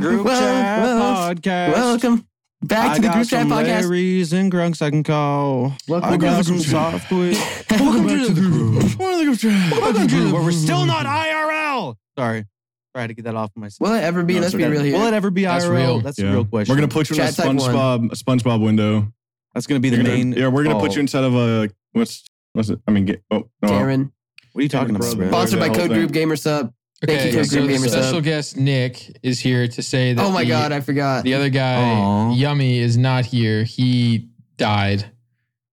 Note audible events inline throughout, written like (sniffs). Group Well, chat well, podcast. Welcome back I to the got group chat some podcast. Larrys and grunks I can call. Welcome I to got the some group chat. softwood. (laughs) (laughs) (laughs) Welcome to the group. Welcome to the group where we're still not IRL. Sorry. Try to get that off my Will it ever be? No, Let's it's be okay. real here. Will it ever be That's IRL? real. That's Yeah. the real question. We're gonna put you in a Chat type one. SpongeBob, a SpongeBob window. That's gonna be the You're gonna- main. yeah, we're gonna oh, put you inside of a what's what's it? I mean, ga- oh no, Darren, What are you talking Bro, about? bro? sponsored by the whole Code thing. Group Gamer Sub. Thank you, Okay, Code so Green the Gamer Sub. special guest Nick is here to say that Oh my the, god, I forgot. the other guy, Aw. Yummy, is not here. He died.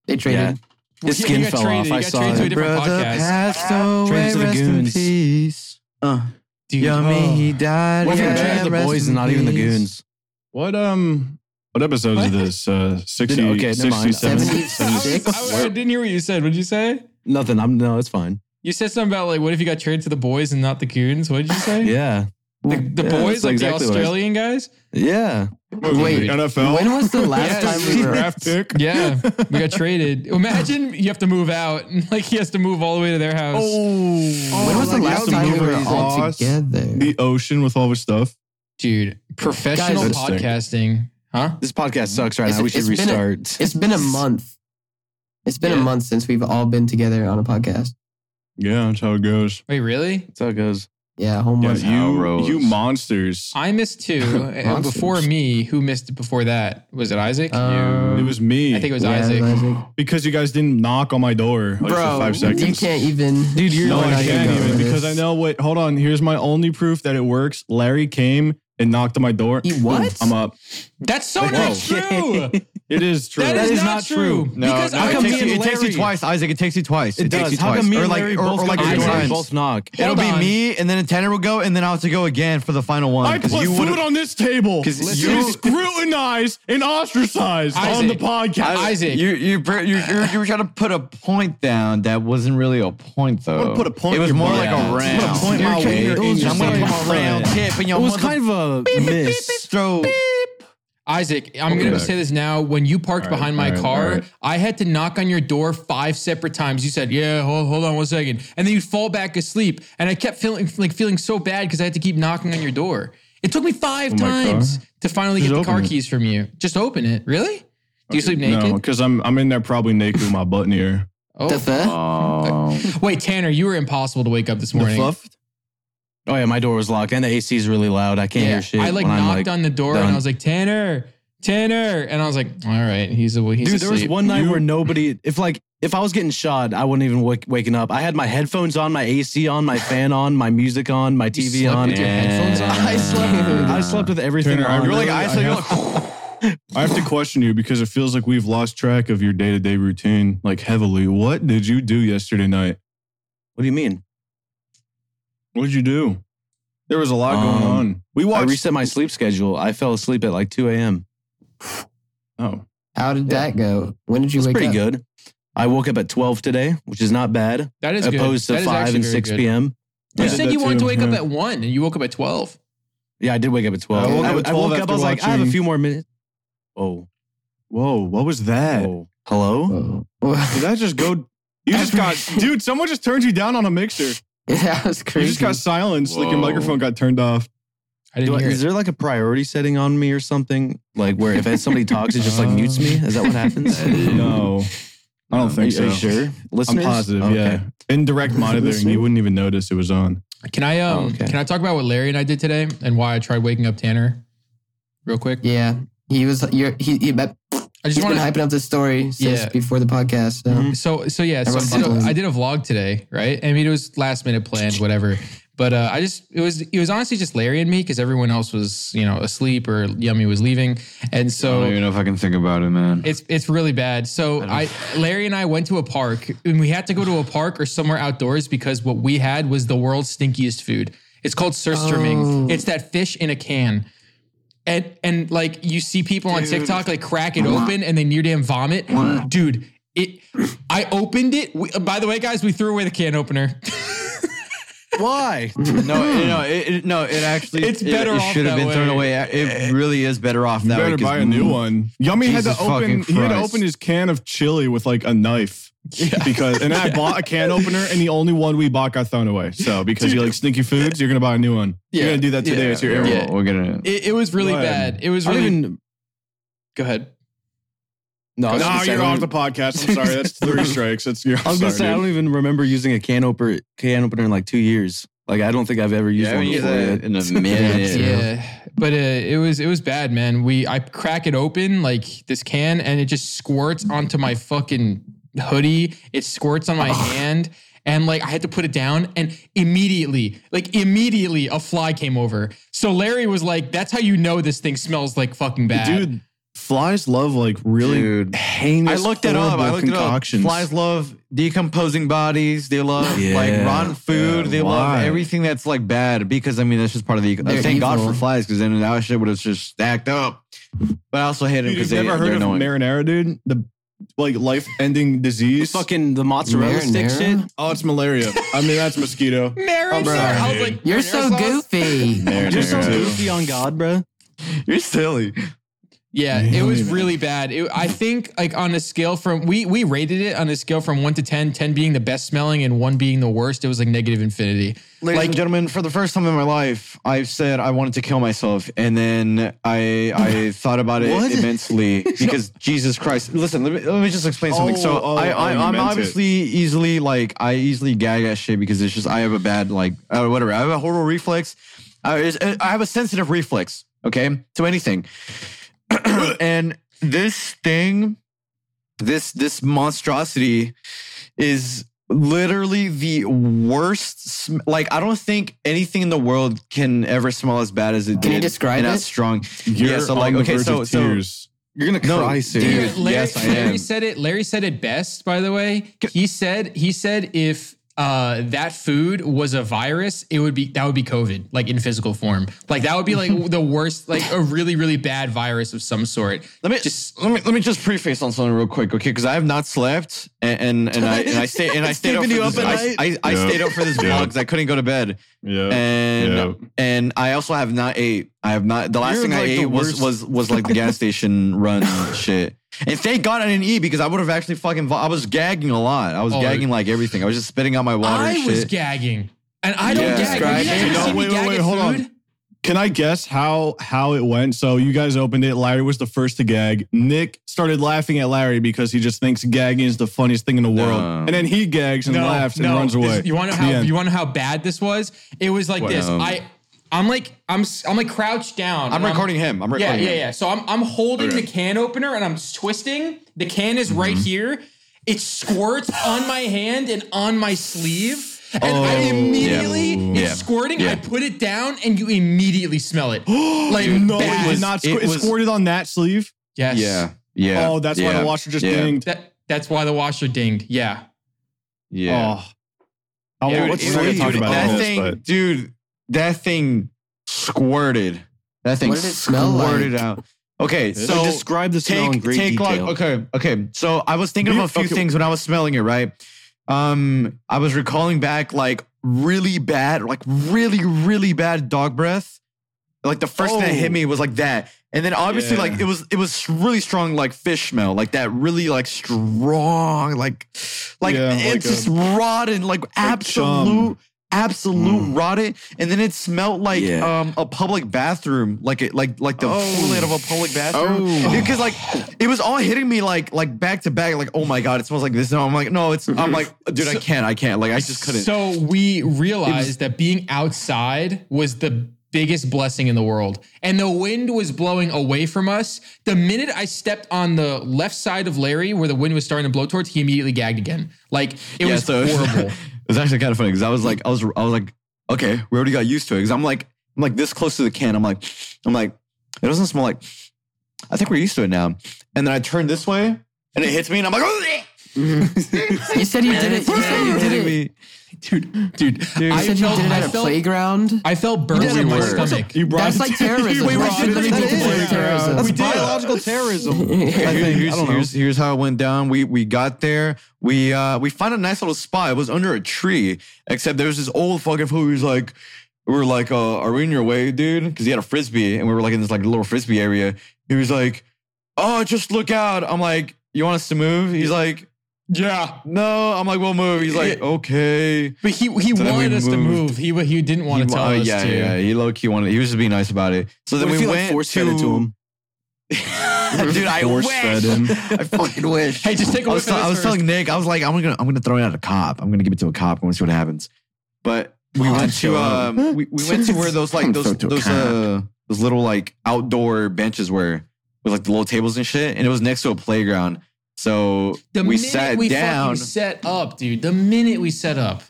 They Yeah. traded. His Yeah, skin he got fell traded. off. He I got saw traded to a it. different Brother podcast. passed away. Traded to the rest in goons. peace. Uh, Dude, Yummy, oh. he died. Welcome Yeah, back. the Rest boys, in not even the peace. goons. what um what episode is What? this? Uh, 60, Okay, never mind. 67, 76? I, I didn't hear what you said. What did you say? Nothing. I'm no. It's fine. You said something about like, what if you got traded to the boys and not the goons? What did you say? Yeah. The, the Yeah, boys, that's like exactly the what I- Australian guys? Yeah. Wait, NFL. When was the last Yes. time we were? draft pick. Yeah, we (laughs) got traded. Imagine you have to move out, (laughs) and like he has to move all the way to their house. Oh, When was the last like, you have to time we move were all across together? The ocean with all the stuff. Dude, professional Guys, podcasting, huh? This podcast sucks right It's- now. We should it's been a- restart. It's been a month. It's been a Yeah. month since we've all been together on a podcast. Yeah, that's how it goes. Wait, really? That's how it goes. Yeah, a whole Yeah, month. how it you rolls. you monsters. I missed (laughs) two Uh, Monsters. before me. Who missed it before that? Was it Isaac? Uh, Um, it was me. I think it was Yeah, Isaac. because you guys didn't knock on my door like, for Bro, five seconds. you can't even. Dude, you're No, We're like- not I can't gonna go even over because I this. know what. Hold on. Here's my only proof that it works. Larry came and knocked on my door. He what? I'm up. That's so Like, not whoa. true. It is (laughs) true. That is, not, true. No, because no, I it, come takes you, me it and takes you Larry. twice, Isaac. It takes you twice. It, It takes does. you How twice. come me or and like, Larry or, both or knock? like got two it? We times. both knock? It'll Hold be on. me, and then a tenor will go, and then I'll have to go again for the final one. I put (laughs) you food would've- on this table. 'cause Because you you- scrutinized and ostracized on Isaac. the podcast. Isaac. you you pr- you you you were trying to put a point down that wasn't really a point though. gonna put a point It was in your more butt. like Yeah. a Just put a round. point in my Okay. wiener in your I'm gonna butt. put a round tip in your It was mother- kind of a miss. throat. Isaac, I'm Okay. going to say this now. When you parked All right, behind my all right, car, all right. I had to knock on your door five separate times. You said, "Yeah, hold, hold on one second. and then you'd fall back asleep. And I kept feeling like feeling so bad because I had to keep knocking on your door. It took me five Oh my times to finally Just get the car open it. keys from you. Just open it. Really? Do you sleep naked? No, because I'm I'm in there probably naked with my butt in the air. Oh, The fuck? wait, Tanner, you were impossible to wake up this morning. Oh yeah, my door was locked and the AC is really loud. I can't yeah, hear shit. I like when I'm, knocked on the door and done. I was like, Tanner, Tanner, and I was like, all right, he's a he's Dude, there was asleep. one night where nobody. If like if I was getting shot, I wouldn't even wake waking up. I had my headphones on, my AC on, my fan on, my music on, my You TV slept on. with your headphones (laughs) on. I slept. With, I slept with everything. Turner, I on. really- You're like I said, you're (laughs) like I have to question you because it feels like we've lost track of your day to day routine, like heavily. What did you do yesterday night? What do you mean? What did you do? There was a lot going Um, on. We I watched. reset my sleep schedule. I fell asleep at like 2 a.m. oh, How did that go? When did you It's wake pretty (laughs) up? good. I woke up at 12 today, which is not bad, that is good. opposed That to is 5 actually and very 6 good. p.m. You Yeah. said That you wanted too, to wake Mm-hmm. up yeah. at one, and you woke up at twelve. Yeah, I did wake up at 12. I woke up at I 12 woke up. after I was like, I have a watching- few more minutes. Oh, whoa! What was that? oh, hello. Oh. Did that just go? You just got, (laughs) dude. Someone just turned you down on a mixer. You that was crazy. just got silenced. Like your Whoa. microphone got turned off. I Do didn't I, hear is it. there like a priority setting on me or something? Like where if somebody talks, it just like mutes me. Is that what (laughs) happens? (laughs) No, I don't Are think you, so. are you sure? I'm Listeners? positive. Okay. Yeah, in direct monitoring, you wouldn't even notice it was on. Can I um? Oh, okay. Can I talk about what Larry and I did today and why I tried waking up Tanner, real quick? Yeah, he was. You're, he, he, but I just he's been want to. hyping up this story since Yeah. Mm-hmm. before the podcast. So. Mhm. So so yeah, so Everyone's I did, a, buzzing. I did a vlog today, right? I mean, it was last minute planned, whatever. But uh, I just it was it was honestly just Larry and me because everyone else was you know asleep or Yummy was leaving, and I Oh, don't so even know if I can think about it, man. It's it's really bad. So I, Larry and I went to a park, and we had to go to a park or somewhere outdoors because what we had was the world's stinkiest food. It's called surströmming. Oh. It's that fish in a can. And and like you see people on TikTok like crack it open and they near damn vomit. Dude, it I opened it. We, by the way, guys, we threw away the can opener. (laughs) Why? No, it- no, it, it- no. It actually It's it- better It, off should have that been thrown way. away. It really is better off that way. better 'cause buy a new one. Yummy had Jesus to open. fucking He had to Christ. open his can of chili with like a knife because. And (laughs) I bought a can opener, and the only one we bought got thrown away. So because you like sneaky foods, you're gonna buy a new one. Yeah. You're gonna do that today. Yeah, it's your we're, error. yeah. we're gonna. (laughs) It, it was really Why? bad. It was I don't really. even. go ahead. No, I was No, gonna say, I you're don't off even- the podcast. I'm sorry. That's (laughs) three strikes. It's you're. I was gonna say I don't even remember using a can opener can opener in like two years. Like I don't think I've ever used Yeah, one we use before. that Yet. in a minute. Yeah, but uh, it was it was bad, man. We I crack it open like this can, and it just squirts onto my fucking hoodie. It squirts on my hand, and like I had to put it down, and immediately, like immediately, a fly came over. So Larry was like, "That's how you know this thing smells like fucking bad." Dude, flies love like really Dude. I heinous. looked it up. I horrible looked it up. concoctions. Flies love decomposing bodies. They love like Yeah. rotten food. Yeah, they why? love everything that's like bad because I mean that's just part of the. eco- They're thank God evil. for flies because then that shit would have just stacked up. But I also hate them Dude, because you've they, never heard they're of annoying. marinara, dude? The like (laughs) life-ending disease. Fucking the mozzarella stick Marinara? shit. oh, it's malaria. I mean, that's mosquito. Mary, Oh, bro. I was like, You're so "Marinara sauce?" goofy. You're so Marinara. goofy on God, bro. You're silly. Yeah, Yeah, it don't was even- really bad. It, I think like on a scale from we we rated it on a scale from one to 10, 10 being the best smelling and one being the worst. It was like negative infinity. Ladies Like- and gentlemen, for the first time in my life, I've said I wanted to kill myself, and then I (laughs) I thought about it What? immensely because Jesus Christ! Listen, let me, let me just explain something. so Oh, oh, I, oh, I you I'm meant it. obviously easily like I easily gag at shit because it's just I have a bad like uh, whatever I have a horrible reflex. I, it's- I have a sensitive reflex. Okay, to anything, (clears throat) and this thing, this this monstrosity, is literally the worst. Sm- like I don't think anything in the world can ever smell as bad as it did. Can you describe and it? that's strong. You're (laughs) yeah. So like on the okay. verge So of so tears. You're gonna No, cry soon. dude. Larry, yes, I Larry am. said it. Larry said it best. By the way, he said he said if uh, that food was a virus, it would be that would be COVID, like in physical form. Like that would be like the worst, like a really really bad virus of some sort. Let me Just- just let me let me just preface on something real quick, okay? Because I have not slept, and and, and I and I stay and I stayed up for Keeping you this. up at I, I, I Yeah. stayed up for this Yeah. vlog because I couldn't go to bed, Yeah. and Yeah. and I also have not ate. I have not. The last You're thing I like the ate was worst. was was like the gas station run shit. And thank God I didn't eat because I would have actually fucking. vo- I was gagging a lot. I was Oh, gagging like everything. I was just spitting out my water. I and was shit. gagging, and I don't gag. Have Yeah. you Describe guys it. ever No, seen me wait, wait, gag wait, at hold on. food? Can I guess how how it went? So you guys opened it. Larry was the first to gag. Nick started laughing at Larry because he just thinks gagging is the funniest thing in the world. No. And then he gags and laughs and runs This- away. (gasps) you want to The know how end. you want to know how bad this was? It was like this. Wow. I I'm like I'm s- I'm like crouched down. I'm and recording him. I'm Yeah, recording. yeah, him. yeah. So I'm I'm holding Okay. the can opener and I'm twisting. The can is right Mm-hmm. here. It squirts on my hand and on my sleeve. And I Oh, immediately, yeah. it's Yeah. squirting. I Yeah. put it down, and you immediately smell it. (gasps) like no, bad. it did not. It Squ- it, was- squirted on that sleeve. Yes. yeah, yeah. oh, that's why yeah, the washer just yeah, dinged. That that's why the washer dinged. Yeah. Yeah. Oh. I Dude, won't- what's- we're not gonna Dude, talk about that this, thing, but- dude. That thing squirted. That thing What did it smell like? squirted out. Okay, This- So so describe the smell in take great take like detail. okay, okay. So I was thinking of You- a few okay. things when I was smelling it. Right, um, I was recalling back like really bad, like really really bad dog breath. Like the first thing that hit Oh. me was like that, and then obviously Yeah. like it was it was really strong like fish smell, like that really like strong like like Yeah, like it's a- just rotten like absolute chum. absolute Mm. rotted, and then it smelled like Yeah. um a public bathroom, like it like like the Oh. toilet of a public bathroom. Oh. Because like it was all hitting me like like back to back, like oh my god, it smells like this. No, I'm like no, it's I'm like dude, I can't, I can't, like I just couldn't. So we realized that being outside was the biggest blessing in the world. And the wind was blowing away from us. The minute I stepped on the left side of Larry where the wind was starting to blow towards, he immediately gagged again. Like it was (laughs) horrible. it was actually kind of funny because I was like I was I was like okay, we already got used to it because I'm like I'm like this close to the can. I'm like I'm like it doesn't smell like. I think we're used to it now. And then I turn this way and it hits me and I'm like. (laughs) You said you did it. You said you did it. (laughs) me. dude, dude, You I said you felt did it I at a felt playground. I felt burns Yeah, in my we were. stomach. You brought That's (laughs) it like to- terrorism. We Why brought (laughs) should it they be to the considered playground. terrorism? That's (laughs) we did. biological terrorism. I Here- think. Here's, I don't know. here's, here's how it went down. We we got there. We uh we found a nice little spot. It was under a tree. Except there was this old fucking fool who's like, we were like, uh, are we in your way, dude? Because he had a frisbee, and we were like in this like little frisbee area. He was like, oh, just look out. I'm like, you want us to move? He's like, Yeah, no. I'm like, we'll move. He's like, okay. but he he So then wanted we us to moved. move. He wa- he didn't want He- to tell uh, us yeah, to. yeah, yeah. He low key wanted. He was just being nice about it. So then What if we you, like, went force fed it to him. Dude, I Force wish. fed him. I fucking wish. Hey, just take a I look was, at tell- I was this first. telling Nick, I was like, I'm gonna, I'm gonna throw it at a cop. I'm gonna give it to a cop. I'm gonna see what happens. But we Oh, went to, chill um, out. we, we went to where those like Don't throw those it to a those cop. uh, those little like outdoor benches were with like the little tables and shit, and it was next to a playground. So The we minute sat we down. fucking set up, dude. The minute we set up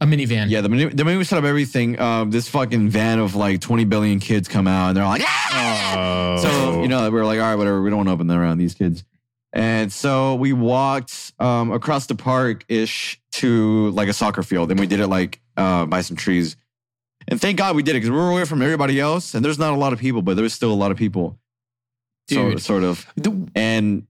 a minivan. Yeah, the minute, the minute we set up everything, um, this fucking van of like 20 billion kids come out and they're like, ah! uh, So, you know, we are like, all right, whatever. We don't want to open that around these kids. And so we walked um, across the park ish to like a soccer field and we did it like uh, by some trees. And thank God we did it because we were away from everybody else and there's not a lot of people, but there was still a lot of people. So, Dude. sort of. The- And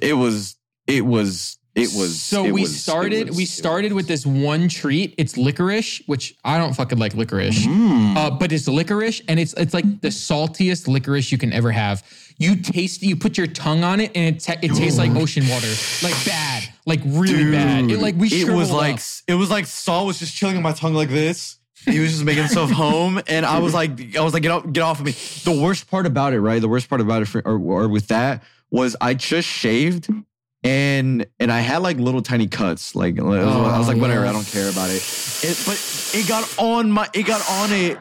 it was, it was, it was. so it we was- it started was- we it started was- with this one treat. It's licorice, which I don't fucking like licorice. Mm. Uh, but it's licorice, and it's it's like the saltiest licorice you can ever have. You taste, you put your tongue on it, and it, ta- it tastes like ocean water, like bad, like really bad. It like we it was shriveled like up. it was like Saul was just chilling on my tongue like this. He was just making (laughs) himself home, and I was like, I was like, get off, get off of me. The worst part about it, right? The worst part about it, for, or, or with that, was I just shaved, and and I had like little tiny cuts. Like I was, I was like, Oh, whatever, yeah. I don't care about it. it. But it got on my, it got on it,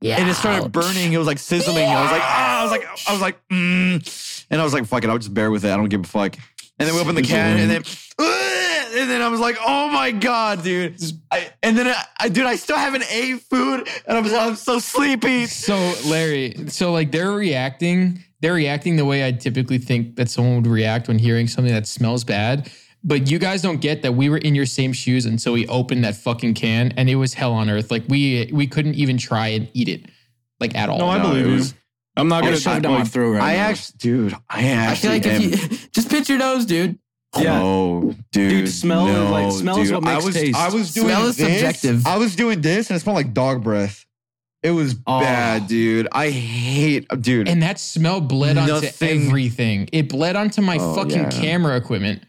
Yeah. and it started burning. It was like sizzling. I was like, ah, I was like, I was like, mm. and I was like, fuck it, I'll just bear with it. I don't give a fuck. And then we opened the can, and then, "Ugh!" and then I was like, oh my god, dude. I, and then I, I, dude, I still haven't ate food, and I'm, I'm so sleepy. So Larry, so like they're reacting, they're reacting the way I typically think that someone would react when hearing something that smells bad. But you guys don't get that we were in your same shoes, and so we opened that fucking can, and it was hell on earth. Like we we couldn't even try and eat it, like at all. no, I No, believe it you. was- I'm not I'm gonna gonna shove it down my like, throat right I now. actually, dude, I I feel actually like am. if you (laughs) just pinch your nose, dude. Yeah. No, dude, Dude, smell is no, like- smell is what I makes was, taste. I was doing Smell is this, subjective. I was doing this, and it smelled like dog breath. It was Oh. bad, dude. I hate, dude. And that smell bled onto Nothing- everything. It bled onto my Oh, fucking yeah. camera equipment.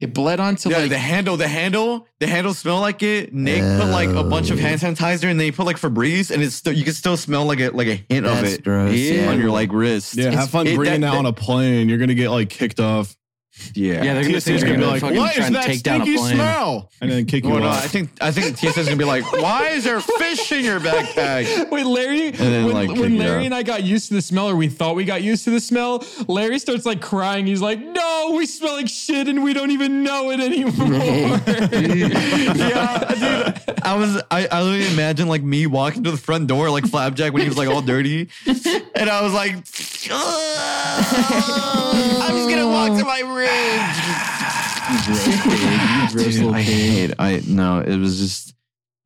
It bled onto yeah, like the handle, the handle, the handle smell like it. Nick put like a bunch of Oh. hand sanitizer, and then he put like Febreze, and it's still you can still smell like a like a hint of That's it gross, yeah. on your like wrist. Yeah, have fun it- bringing that, that- on a plane. You're gonna get like kicked off. yeah. yeah, they're gonna TSA's think you're gonna be like, fucking "What trying is to that take down a stinky plane." smell?" And then kick you Well, no, off. I think I think TSA's gonna be like, "Why is there fish in your backpack?" Wait, Larry. (laughs) then, when like, kick when it Larry out. and I got used to the smell, or we thought we got used to the smell, Larry starts like crying. He's like, "No, we smell like shit, and we don't even know it anymore." yeah, dude. I was I, I literally imagine like me walking to the front door like Flapjack when he was like all dirty, and I was like, "I'm just gonna walk to my room." Dude, I hate. I no. It was just.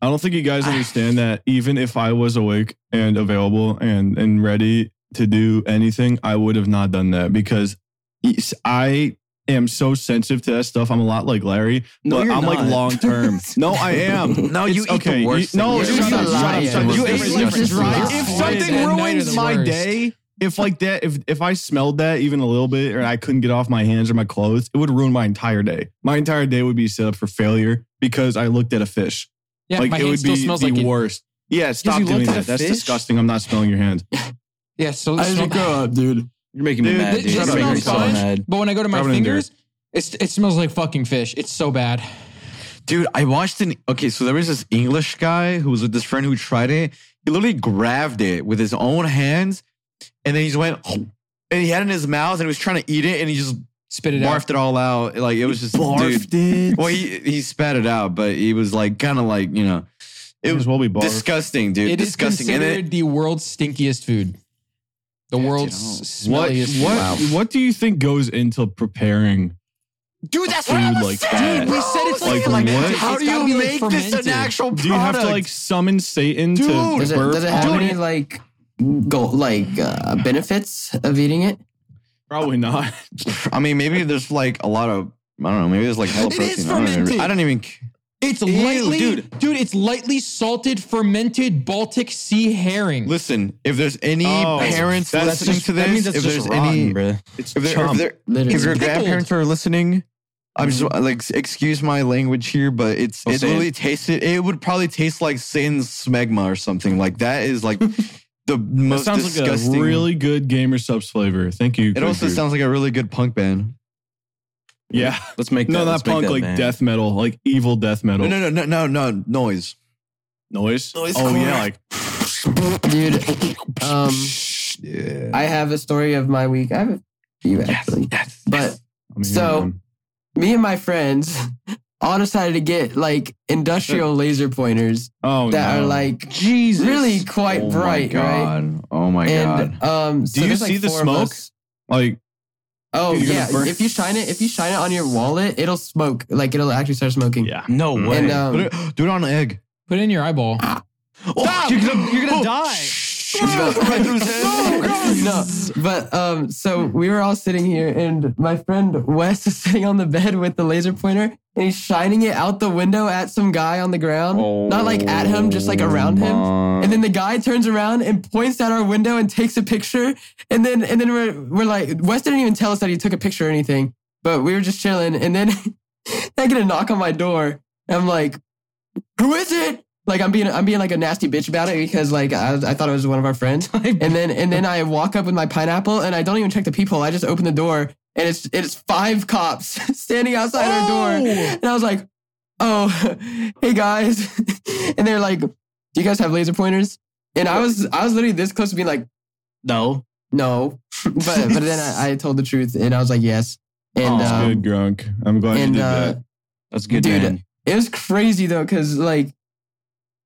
I don't think you guys understand that even if I was awake and available and and ready to do anything, I would have not done that because it's- I am so sensitive to that stuff. I'm a lot like Larry, No, but you're I'm like not. long (laughs) term. (laughs) no, I am. No, It's- you eat the okay, worst no, thing shut up, ever. shut up, You're shut up. lying. You ate It's like just dry- lying. If something That night is ruins the my worst. day, if like that, if if I smelled that even a little bit, or I couldn't get off my hands or my clothes, it would ruin my entire day. My entire day would be set up for failure because I looked at a fish yeah, like my it hand would still be smells the like it. worst. Yeah, stop you doing looked at that. a That's fish? disgusting. I'm not smelling your hand. Yeah, so, I so should (laughs) grow up, dude. You're making me Dude, mad, it, dude. it shut You're up, making me smells so Colin. fine, mad. but when I go to my Probably didn't do fingers, it's, it smells like fucking fish. It's so bad. Dude, I watched an okay. So there was this English guy who was with this friend who tried it. He literally grabbed it with his own hands, and then he just went (sniffs) and he had it in his mouth and he was trying to eat it, and he just Spit it out. barfed it all out. Like it was just dude. it. Well, he he spat it out, but he was like kind of like you know, it Might was as well be barf. disgusting, dude. It is disgusting. And considered it, the world's stinkiest food. The world's dude, what smelliest. what food. what do you think goes into preparing? dude, that's what I food was like saying, that. Dude, we said it's Like, like, what? fermented. How It's do you gotta be, like, make this an fermented. actual product? Do you have to like summon Satan Dude. to Does Does it, burp? does it have on any it? like go like uh, benefits of eating it? Probably not. I mean, maybe there's like a lot of I don't know. Maybe there's like hella It protein. is I, don't even, fermented. I don't even. c- It's Ew, lightly, dude. dude. It's lightly salted, fermented Baltic Sea herring. Listen, if there's any Oh, parents that's listening just- to this, that means that's if just there's rotten, any, bruh. if, there, if, chomp. there, Literally. if your pickled. grandparents are listening, I'm just like excuse my language here, but it's Don't it say it. literally tasted. It would probably taste like Satan's smegma or something like that. Is like the That most sounds disgusting. like a really good gamer subs flavor. Thank you. it also Kuku. sounds like a really good punk band. yeah. Let's make (laughs) No, that, not let's make punk, that like band. death metal, like evil death metal No, no, no, no, no, no noise. noise. Noise oh core. yeah, like Dude, um, I have a story of my week. I have a few actually. But I mean, So- um, me and my friends all decided to get like industrial laser pointers oh that no. are like Jesus. really quite oh bright, my right? god! Oh my god! And um, so Do you there's, like, see the four of smoke? us. like Oh You're gonna yeah, burn- if you shine it, if you shine it on your wallet, it'll smoke. Like it'll actually start smoking. yeah. No Mm. way. And um, Put (laughs) it, do it on an egg. Put it in your eyeball. Stop! You're gonna, you're Oh, gonna die. (laughs) right Oh, through his head. no, but um, so we were all sitting here, and my friend Wes is (laughs) sitting on the bed with the laser pointer, and he's shining it out the window at some guy on the ground, not like at him, just like around him. And then the guy turns around and points at our window and takes a picture, and then and then we're we're like Wes didn't even tell us that he took a picture or anything, but we were just chilling, and then I get a knock on my door. and I'm like, who is it? Like I'm being I'm being like a nasty bitch about it because like I, I thought it was one of our friends. (laughs) And then and then I walk up with my pineapple and I don't even check the people. I just open the door and it's it's five cops (laughs) standing outside our door. And I was like, "Oh, (laughs) hey guys." (laughs) and they're like, "Do you guys have laser pointers?" And I was I was literally this close to being like, No. "No." (laughs) but but then I, I told the truth and I was like, "Yes." And Aw, um, good grunk. I'm glad you and did uh, that. That's good, Dude, man. it was crazy though because like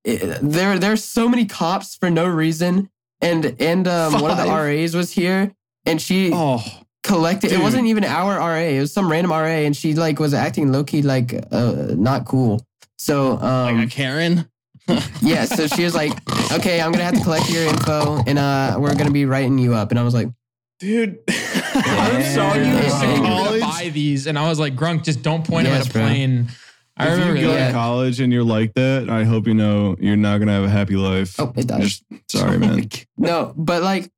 it, there there's so many cops for no reason and and um, one of the Five. ras was here and she Oh, collected dude. it wasn't even our ra it was some random ra and she like was acting low-key like uh, not cool so um Karen. yeah so she was like okay i'm gonna have to collect your info and uh we're gonna be writing you up and i was like dude. (laughs) Yeah. I'm sorry. Yeah. You I used to go to said you were gonna college. buy these, and I was like, Grunk, just don't point them Yes, at a bro. plane. I if remember you go that. to college and you're like that, I hope you know you're not gonna have a happy life. oh it died Just (laughs) sorry, man. No, but like,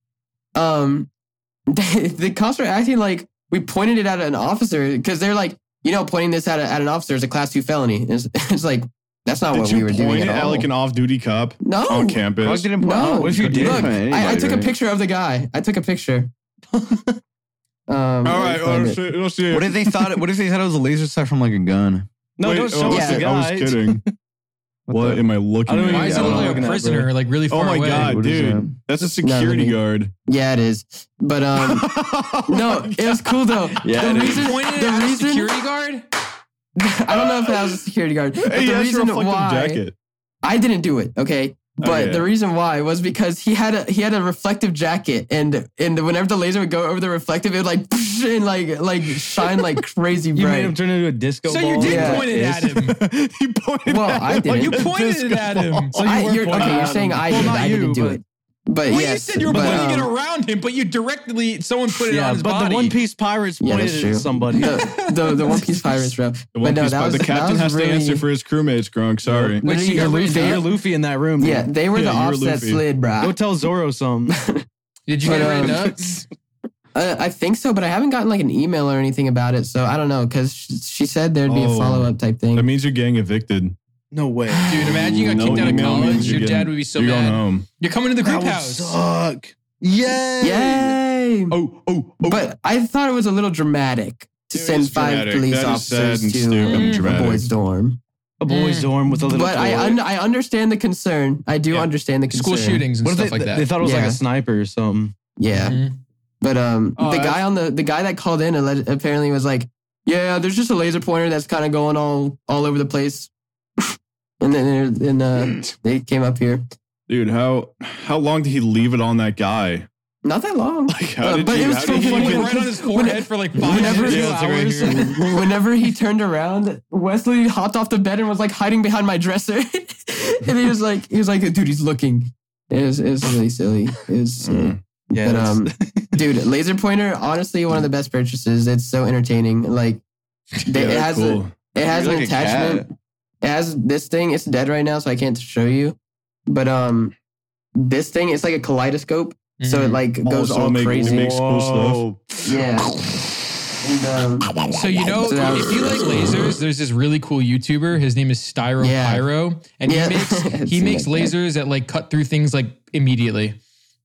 um, (laughs) they, the cops were acting like we pointed it at an officer because they're like, you know, pointing this at, a, at an officer is a class two felony. (laughs) It's, it's like that's not Did what you we were point doing it at, at all. Oh, like an Oh, off-duty cop no, on I campus? didn't No. oh, What if you did? look, Yeah, I, I took a anybody. picture of the guy. I took a picture. (laughs) um, All right, let oh, I'll me see, find it. I'll see. What if they thought? What if they thought it was a laser sight from like a gun? No, Wait, don't oh, show us yeah, the I was guy. kidding. What What the- am I looking I don't at? even- Why is it Yeah, look I'm like looking a at it, prisoner, like really Oh far my away? god, What is dude. That's a security Melanie. guard. Yeah, it is. But (laughs) um, (laughs) no, it was cool though. Yeah, it the is. reason, Pointed it at the a reason, security guard. (laughs) I don't know if that was a security guard. But Hey, the that's your reason fucking why. jacket. I didn't do it, okay? But Okay. the reason why was because he had a he had a reflective jacket, and and whenever the laser would go over the reflective, it would like and like like shine like crazy You made him bright. turn into a disco So ball. you did Yeah, point it at him. you (laughs) pointed Well, at I him like didn't. You (laughs) a pointed disco it at him. So you I, were you're, pointing okay, you're at saying him. I Well, did. not I didn't you, do but- it. But Well, you yes, said you were but, pointing it um, around him, but you directly someone put it Yeah, on his but body. the One Piece pirates Yeah, pointed that's it true. at somebody. the, the the One Piece pirates, bro. The, but One no, Piece that Pi- was the captain that was has really, to answer for his crewmates, Grunk. Sorry. Nope. Literally, you're, You're Luffy, Luffy. you're Luffy in that room. Yeah, they were Yeah, the you were offset Luffy. slid, bro. Go tell Zoro something. Did you But, get ran um, up? Uh, I think so, but I haven't gotten like an email or anything about it, so I don't know. Because she, she said there'd be Oh. a follow up type thing. That means you're getting evicted. No way. Dude, imagine you got No kicked out of email means college. you're Your getting- dad would be so you're going mad. home. You're coming to the group that would house. suck. Yay. Yay! Oh, oh, oh. But I thought it was a little dramatic to It send is five dramatic. police That is sad officers and to stupid and a dramatic. boys' dorm. A boy's Mm. dorm with a little. But I toy. un- I understand the concern. I do Yeah. understand the concern. School shootings and What if stuff they, like that. they thought it was like Yeah. a sniper or something. Yeah, Mhm. but um, Oh, the that's- guy on the the guy that called in alle- apparently was like, "Yeah, there's just a laser pointer that's kind of going all all over the place," (laughs) and then there- and uh, they came up here. Dude, how how long did he leave it on that guy? (laughs) Not that long. Like, how Uh, did but you? it was how So did he you went fucking- right on his forehead for like five whenever- minutes, two Yeah, it's hours. like right here. Whenever he turned around, Wesley (laughs) hopped off the bed and was like hiding behind my dresser. and he was like, he was like, dude, he's looking. It was, it was really silly. It was silly. Mm. Yeah. But, that's- um, dude, laser pointer, honestly, one of the best purchases. It's so entertaining. Like, they, Yeah, it has a, cool. it has You're an like a cat. attachment. It has this thing. It's dead right now, so I can't show you. But um, this thing, it's like a kaleidoscope, so it Mm-hmm. like goes Also all make- crazy. make- Oh, Makes cool stuff. yeah. And, um, So you know, So that was- if you like lasers, there's this really cool YouTuber. His name is Styro Yeah. Pyro, and Yeah. (laughs) he makes he Seen makes that guy. lasers that like cut through things like immediately.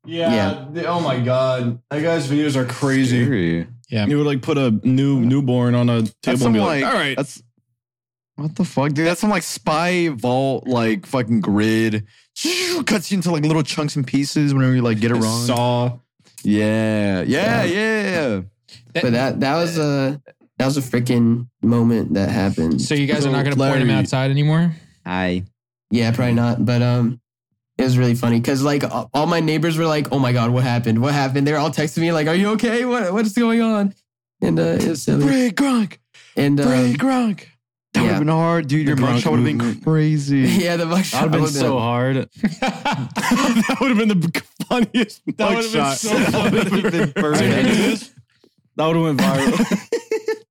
Yeah. the- oh my god, that guy's videos are crazy. Scary. Yeah. He would like put a new newborn on a That's table and some be like, like, "All right, That's what the fuck, dude. That's some like spy vault, like fucking grid. Cuts you into like little chunks and pieces whenever you like get it wrong. saw." Yeah, yeah, yeah. Yeah. yeah. but that that was a that was a freaking moment that happened. So you guys are not going to Larry- point him outside anymore. (laughs) I Yeah, probably not. But um, it was really funny because like a- all my neighbors were like, "Oh my god, what happened? What happened?" They're all texting me like, "Are you okay? What what's going on?" And uh, it was silly. Bray Gronk, And Bray um, Gronk. That would yeah. (laughs) have been hard, dude. Your The Gronk mugshot would have been movement. crazy. yeah, the That would mugshot (laughs) have been would've so hard. (laughs) that would have been the funniest. That mug would've been shot. so funny. That (laughs) would've been perfect. (laughs) that would have went viral.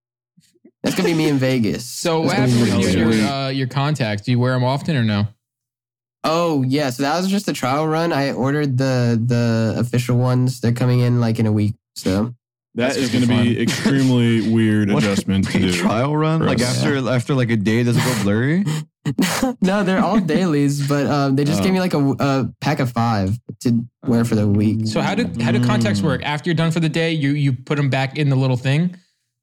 That's gonna be me in Vegas. So what That's gonna happened be with me in you and Vegas. your uh, your contacts? Do you wear them often or no? Oh yeah, so that was just a trial run. I ordered the the official ones. They're coming in like in a week. So That That's is going gonna to be be extremely weird What a adjustment to do. (laughs) Trial run, For like us. after after like a day, does it (laughs) go blurry? (laughs) no, they're all dailies, but um, they just Oh. gave me like a, a pack of five to wear for the Um, week. So how do how do contacts work? Mm. After you're done for the day, you you put them back in the little thing,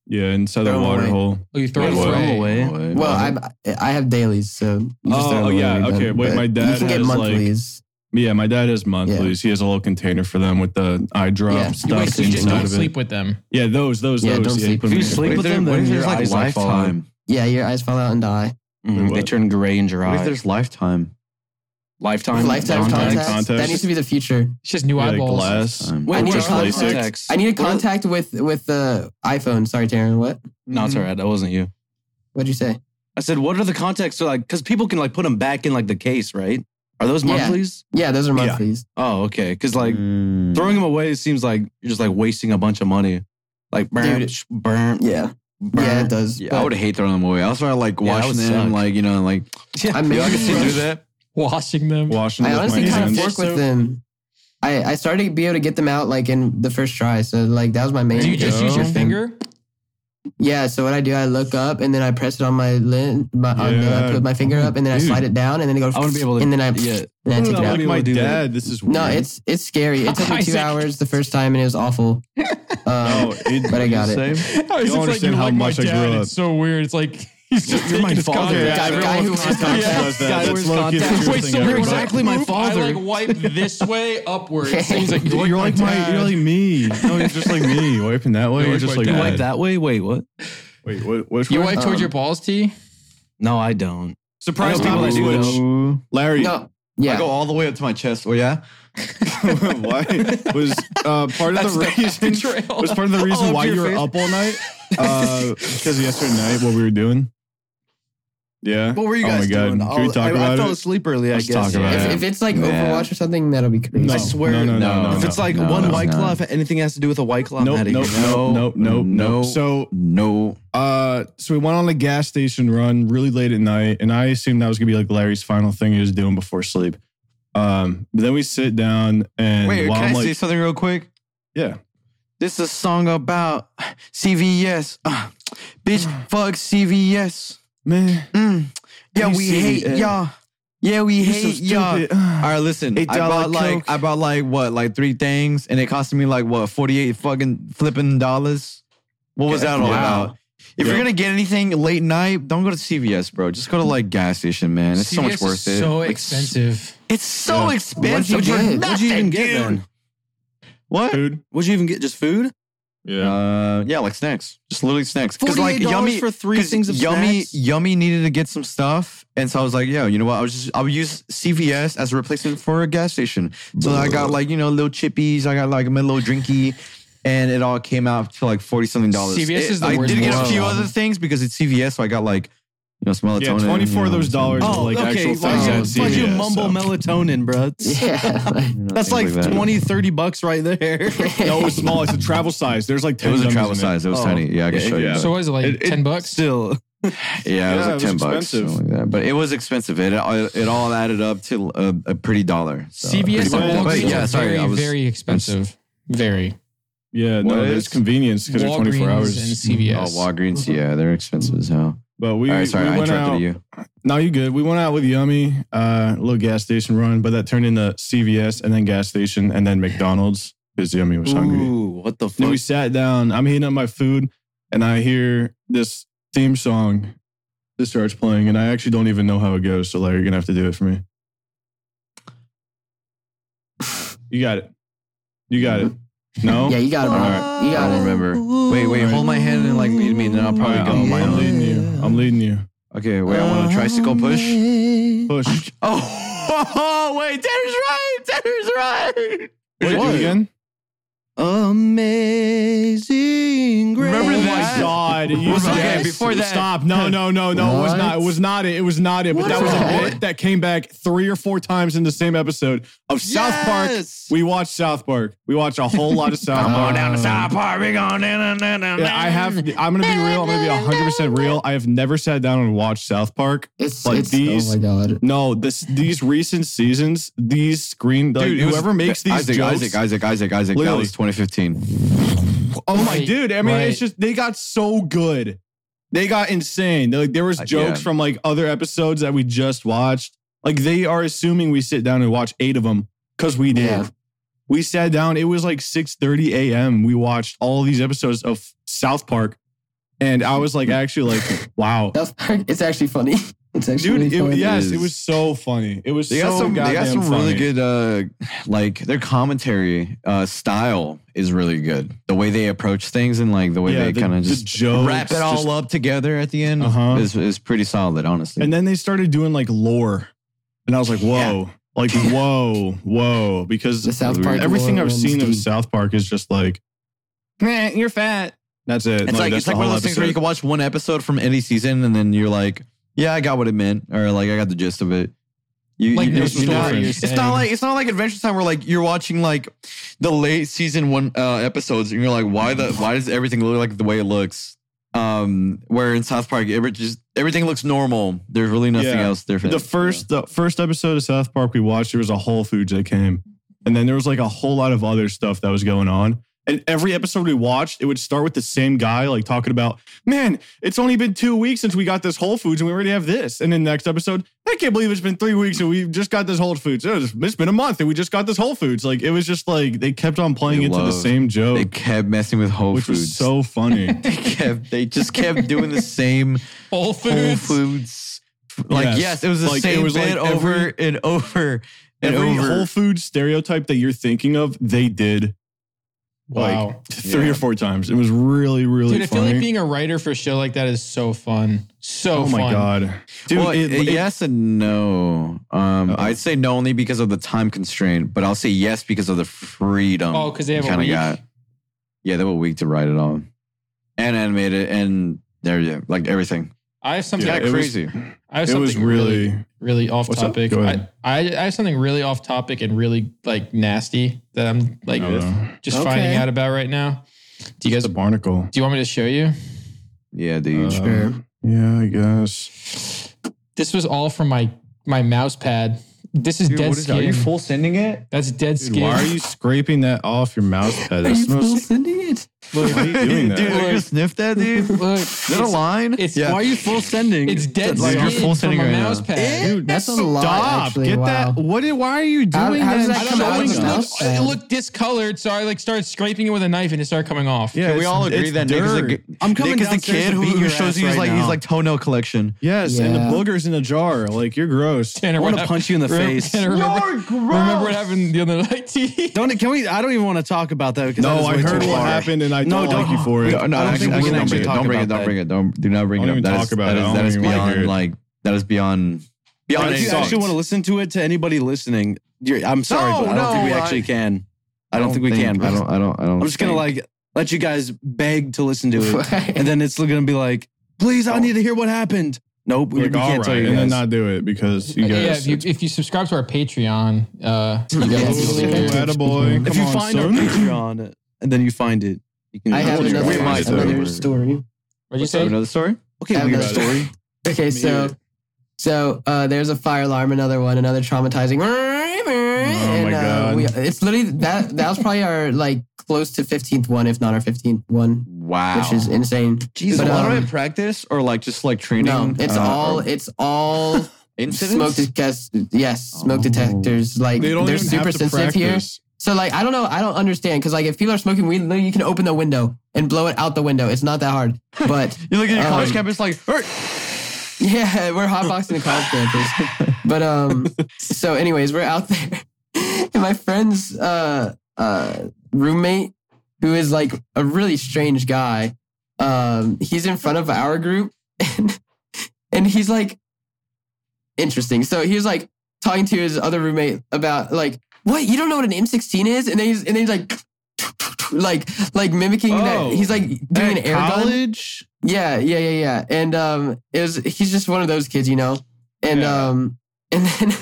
Yeah, inside the Throw 'em water away. hole. or you throw Wait, them what? away. away. Well, I I have dailies, so you just throw Oh, them oh, away yeah, when you're okay, done. wait, But my you dad can get has, like- monthlies. Yeah, my dad has monthlies. He has a little container for them with the eye drop Yeah. You, wait, stuff so you just inside of don't it. sleep with them. Yeah, those, those, Yeah, those. don't yeah, sleep. put If 'em you in. sleep with them, then your eyes like lifetime. yeah, your eyes fall out and die. Mm, Wait, they what? turn gray in your What if eyes. there's lifetime? Lifetime, Lifetime contacts? contacts. That contacts. needs to be the future. It's just new Yeah, eyeballs. glass. Time. Wait, I need what a is contact. contacts? I need a contact with with the iPhone. Sorry, Taryn. What no, it's all right. That wasn't you. what'd you say? I said, what are the contacts? So like, because people can like put them back in like the case, right? Are those Yeah. monthlies? Yeah, those are Yeah. monthlies. Oh, okay. Because like Mm. throwing them away seems like you're just like wasting a bunch of money. Like burn, Dude, sh- burn, Yeah, yeah, it does. Yeah, I But would hate throwing them away. I also like Yeah, that washing would them, suck. like you know, like yeah. I, yeah, I made- can (laughs) see through that. (laughs) Washing them. Washing I them with my honestly kind hands. of fork with them. I, I started to be able to get them out like in the first try. So like that was my main. Do you just Yeah. use your finger? Yeah. So what I do, I look up and then I press it on my lid. My, on the, I Yeah. put my finger up and then I Dude. slide it down and then it goes. I wanna be able to- And then I yeah. and I take I'm it out. like Yeah. my Do that. dad. This is weird. No, it's it's scary. It took me two Isaac. hours the first time and it was awful. Um, No, Oh, (laughs) it, but I got it. I don't understand how much I grew up. It's so weird. It's like he's just You're taking my his father. contacts. Guy- guy who Everyone's wears contacts. (laughs) Yeah. does that. That's low-key the contacts. truest thing Wait, so I've you're ever done. exactly my father. I like wipe this way upwards. So he's like, You're like my, you're like me. No, you're just like (laughs) me. Wiping that way. You're You're like just my like You dad. wipe that. that way? Wait, what? Wait, what? Which You one? wipe towards Um, your balls, T. No, I don't. Surprise I know people people that that do switch. Larry, no, I go yeah. all the way up to my chest. Oh yeah, (laughs) why was uh, part of That's the the reason trail. was part of the reason up why your you were face. up all night? Uh, because yesterday night, what we were doing? Yeah. What were you Oh my guys God. doing? Can All- we talk I, I about fell it? asleep early, I Let's guess. talk about If, Yeah. if it's like Nah. Overwatch or something, that'll be crazy. No. I swear. No, no, no, No. no. if no. it's like no, one no, white no. claw, if anything has to do with a white claw, I'm Nope, outta nope, here. nope, No, nope, nope, no. nope. So no. Uh, so we went on a gas station run really late at night, and I assumed that was gonna be like Larry's final thing he was doing before sleep. Um, but then we sit down and Wait, while can I'm I like, say something real quick? yeah, This is a song about CVS. Uh, (sighs) (sighs) bitch, fuck CVS. man, Mm. Yeah, You we see, hate uh, y'all. Yeah, we you're so hate y'all. stupid. (sighs) All right, listen. I Eight dollar bought like Coke. I bought like what like three things, and it cost me like what forty eight fucking flipping dollars. What was that all Wow. about? Yeah. If you're gonna get anything late night, don't go to CVS, bro. Just go to like gas station, man. It's so CVS much is worth it. So Like, expensive. It's so Yeah. expensive. What'd you for get? nothing, What'd you even get dude. then? What? food, What'd you even get? Just food? yeah, Uh, yeah, like snacks, just literally snacks. Because like $48 yummy, for three 'Cause things of yummy snacks? yummy needed to get some stuff and so i was like yo you know what i was just i would use cvs as a replacement for a gas station so i got like you know little chippies i got like my little drinky and it all came out to like 40 something dollars CVS is is the i worst did get a place. few Wow. other things because it's cvs so i got like know, smell Yeah, 24 of those dollars Oh, like okay. actual Why thousands you, on why'd you CVS, mumble so. melatonin, bro? Yeah. (laughs) like- That's like, twenty. 20, 30 bucks right there. (laughs) No, it was small. It's a travel size. There's like 10 It was a gummies travel in size. It was Oh. tiny. Yeah, I can Yeah, show you. yeah. that. So what is it like? It- it- Ten bucks? Still, Yeah, it was Yeah, like it was ten bucks, expensive. something like that. But it was expensive. It uh, it all added up to a, a pretty dollar. So, a pretty CVS buck. much. and But Walgreens yeah, are sorry, I very, was- very expensive. Very. Yeah, no, What it's is- convenience because they're 24 Walgreens hours. and CVS. Oh, Walgreens. Yeah, they're expensive as hell. but we, all right, sorry, we I went interrupted out. you. No, you good. We went out with Yummy, uh, little gas station run, but that turned into CVS and then gas station and then McDonald's because Yummy was hungry. ooh, what the Then fuck? we sat down. I'm heating up my food, and I hear this theme song that starts playing, and I actually don't even know how it goes. So, Larry, you're gonna have to do it for me. You got it. You got it. (laughs) No. Yeah, you got it. bro. Alright. You I got don't it. remember. Wait, wait, hold my hand and like lead me, and then I'll All probably right, go. I'm, I'm leading you. I'm leading you. okay, wait. I want a tricycle push. Push. Uh-huh. Oh, (laughs) wait, Tanner's right. Tanner's right. Wait, do it again. Amazing grace. Remember Oh that? my god! You Okay, yes. before that- Stop! No, no, no, no! It was not. It was not it. It was not it. But that was a bit that came back three or four times in the same episode of South Park. Yes! We watched South Park. We watched a whole lot of South Park. down to South Park. We going down, down, down. Uh, Yeah, I have. I'm gonna be real. I'm gonna be 100 percent real. I have never sat down and watched South Park. It's, Like it's these- oh my god. No, this these recent seasons, these screen like, Dude, it was- whoever makes these Isaac, jokes. Isaac, Isaac, Isaac, Isaac. That Literally. was 2015. Oh my Right, dude! I mean, right. it's just they got so good. They got insane. They're Like there was Uh, jokes yeah. from like other episodes that we just watched. Like they are assuming we sit down and watch eight of them because we did. Yeah. We sat down. It was like 6:30 a.m. We watched all these episodes of South Park, and I (laughs) was like, actually, like, wow, South Park. (laughs) It's actually funny. It's actually dude. It, funny. yes, is. it was so funny. It was They so got some. They goddamn got some funny. really good. Uh, like their commentary uh, style is really good. The way they approach things and like the way Yeah, they the- kind of the just jokes, wrap it all just- up together at the end Uh-huh. is is pretty solid, honestly. And then they started doing like lore, and I was like, whoa, like whoa, whoa, because The South Park. everything lore I've runs seen of deep. South Park is just like, "Meh, you're fat. That's it. it's like that's it's the like one of whole those things where you episode. can watch one episode from any season and then you're like, yeah, I got what it meant, or like I got the gist of it. You, Like you- this you're story not- you're it's saying. not like it's not like Adventure Time where like you're watching like the late season one uh, episodes and you're like, why the why does everything look like the way it looks? Um, where in South Park, every, just everything looks normal. There's really nothing Yeah. else different. the first the first episode of South Park we watched, there was a Whole Foods that came, and then there was like a whole lot of other stuff that was going on. And every episode we watched, it would start with the same guy like talking about, man, it's only been two weeks since we got this Whole Foods and we already have this. And then next episode, I can't believe it's been three weeks and we just got this Whole Foods. It was- it's been a month and we just got this Whole Foods. Like it was just like they kept on playing They into the love- same joke, they kept messing with Whole which was Foods. so funny. (laughs) they kept they just kept doing the same Whole Whole Foods. Foods. Like Yes. yes, it was the Like, it same was, like, bit over every- and over and Every over. Whole Food stereotype that you're thinking of, they did Wow. like three Yeah. or four times. It was really, really Dude, I feel funny. like being a writer for a show like that is so fun. So oh my fun. god, dude! well, it- uh, it- yes and no. Um, Uh-oh. I'd say no only because of the time constraint, but I'll say yes because of the freedom. Oh, 'cause they have a kinda week? yeah, they have a week to write it all and animate it, and there you go, like everything. I have something. Yeah, Kind it was- of crazy. I have it something was really. really off What's up? topic. Go I, ahead. I I have something really off topic and really like nasty that I'm like I don't know. just Okay. finding out about right now. Do you guys? It's a Do barnacle. you want me to show you? yeah, dude. Uh, Sure. Yeah, I guess. This was all from my my mouse pad. This is dead skin. sending it? That's dead Dude, skin. why are you scraping that off your mouse pad? Are That's you the still most. sending it? Why are you (laughs) doing that? Dude, did you sniff that, dude? Is Look, that (laughs) a it's- line? it's- yeah. Why are you full sending? It's dead Like, you're skin full from sitting a right now. mouse pad. Dude, That's a lot, Stop! actually. Get that. Wow. What? Why are you How- doing how does I that don't come know. out It, of looked, the looked- mouse pad? it looked discolored, so I like started scraping it with a knife and it started coming off. Yeah, Can we it's- all agree it's that Nick is, a, dirt. g- I'm coming Nick is the downstairs kid to who, beat who your shows ass you he's right like now. he's like toenail collection. Yes, and the Yeah. boogers in a jar. Like you're gross. Tanner, I want what to hap- punch you in the Remember- face. Tanner, (laughs) remember, remember what happened the other night? T? Don't can we? I don't even want to talk about that. because that No, is I way heard too what far. happened, and I No, don't like don't- you for it. No, no, I don't actually, think we actually, can don't actually bring it. talk Don't bring it. about Don't bring it. Don't do not bring Don't it up. even That talk is about that it. I is don't that is even wanna hear beyond it. like that is beyond But beyond. if you anything. actually want to listen to it to anybody listening, you're, I'm sorry, No, but I don't no, think we I- actually can. I don't, think we can. I bro. don't. I don't. I don't. I'm just gonna think- like let you guys beg to listen to it, (laughs) Right. Oh. and then it's gonna be like, please, I need to hear what happened. Nope, we, Like, we all can't right, tell you and then guys. not do it because you yeah, guys. (laughs) if you, if you subscribe to our Patreon, uh, you guys Yes. will be Ooh, here. attaboy. if Come you on, find our son. Patreon and then you find it, you can. I have We another, might do. another story. What'd you So say? another story? Okay, I have weird that story. (laughs) Okay, so so uh, there's a fire alarm, another one, another traumatizing. and, Oh my uh, God. we- it's literally that that was probably our like close to 15th one, if not our 15th one, Wow. which is insane. Is but, a lot of um, it practice or like just like training? No, it's uh, all or it's (laughs) all smoke incidents. detectors. Yes, smoke Oh. detectors. Like They they don't are even have super to sensitive here. practice. So like I don't know, I don't understand because like if people are smoking weed, literally you can open the window and blow it out the window. It's not that hard. But You look at your college Um, campus like, "Hey, (laughs) yeah, we're hotboxing the college campus. But um, so anyways, we're out there, (laughs) and my friend's uh uh roommate, who is like a really strange guy, um, he's in front of our group, (laughs) and and he's like interesting. So he was like talking to his other roommate about like what you don't know what an M16 is, and then he's and then he's like. (laughs) Like, like mimicking Oh. that he's like doing an At air gun. college. Yeah, yeah, yeah, yeah. And um, it was he's just one of those kids, you know. And Yeah. um, (laughs) and then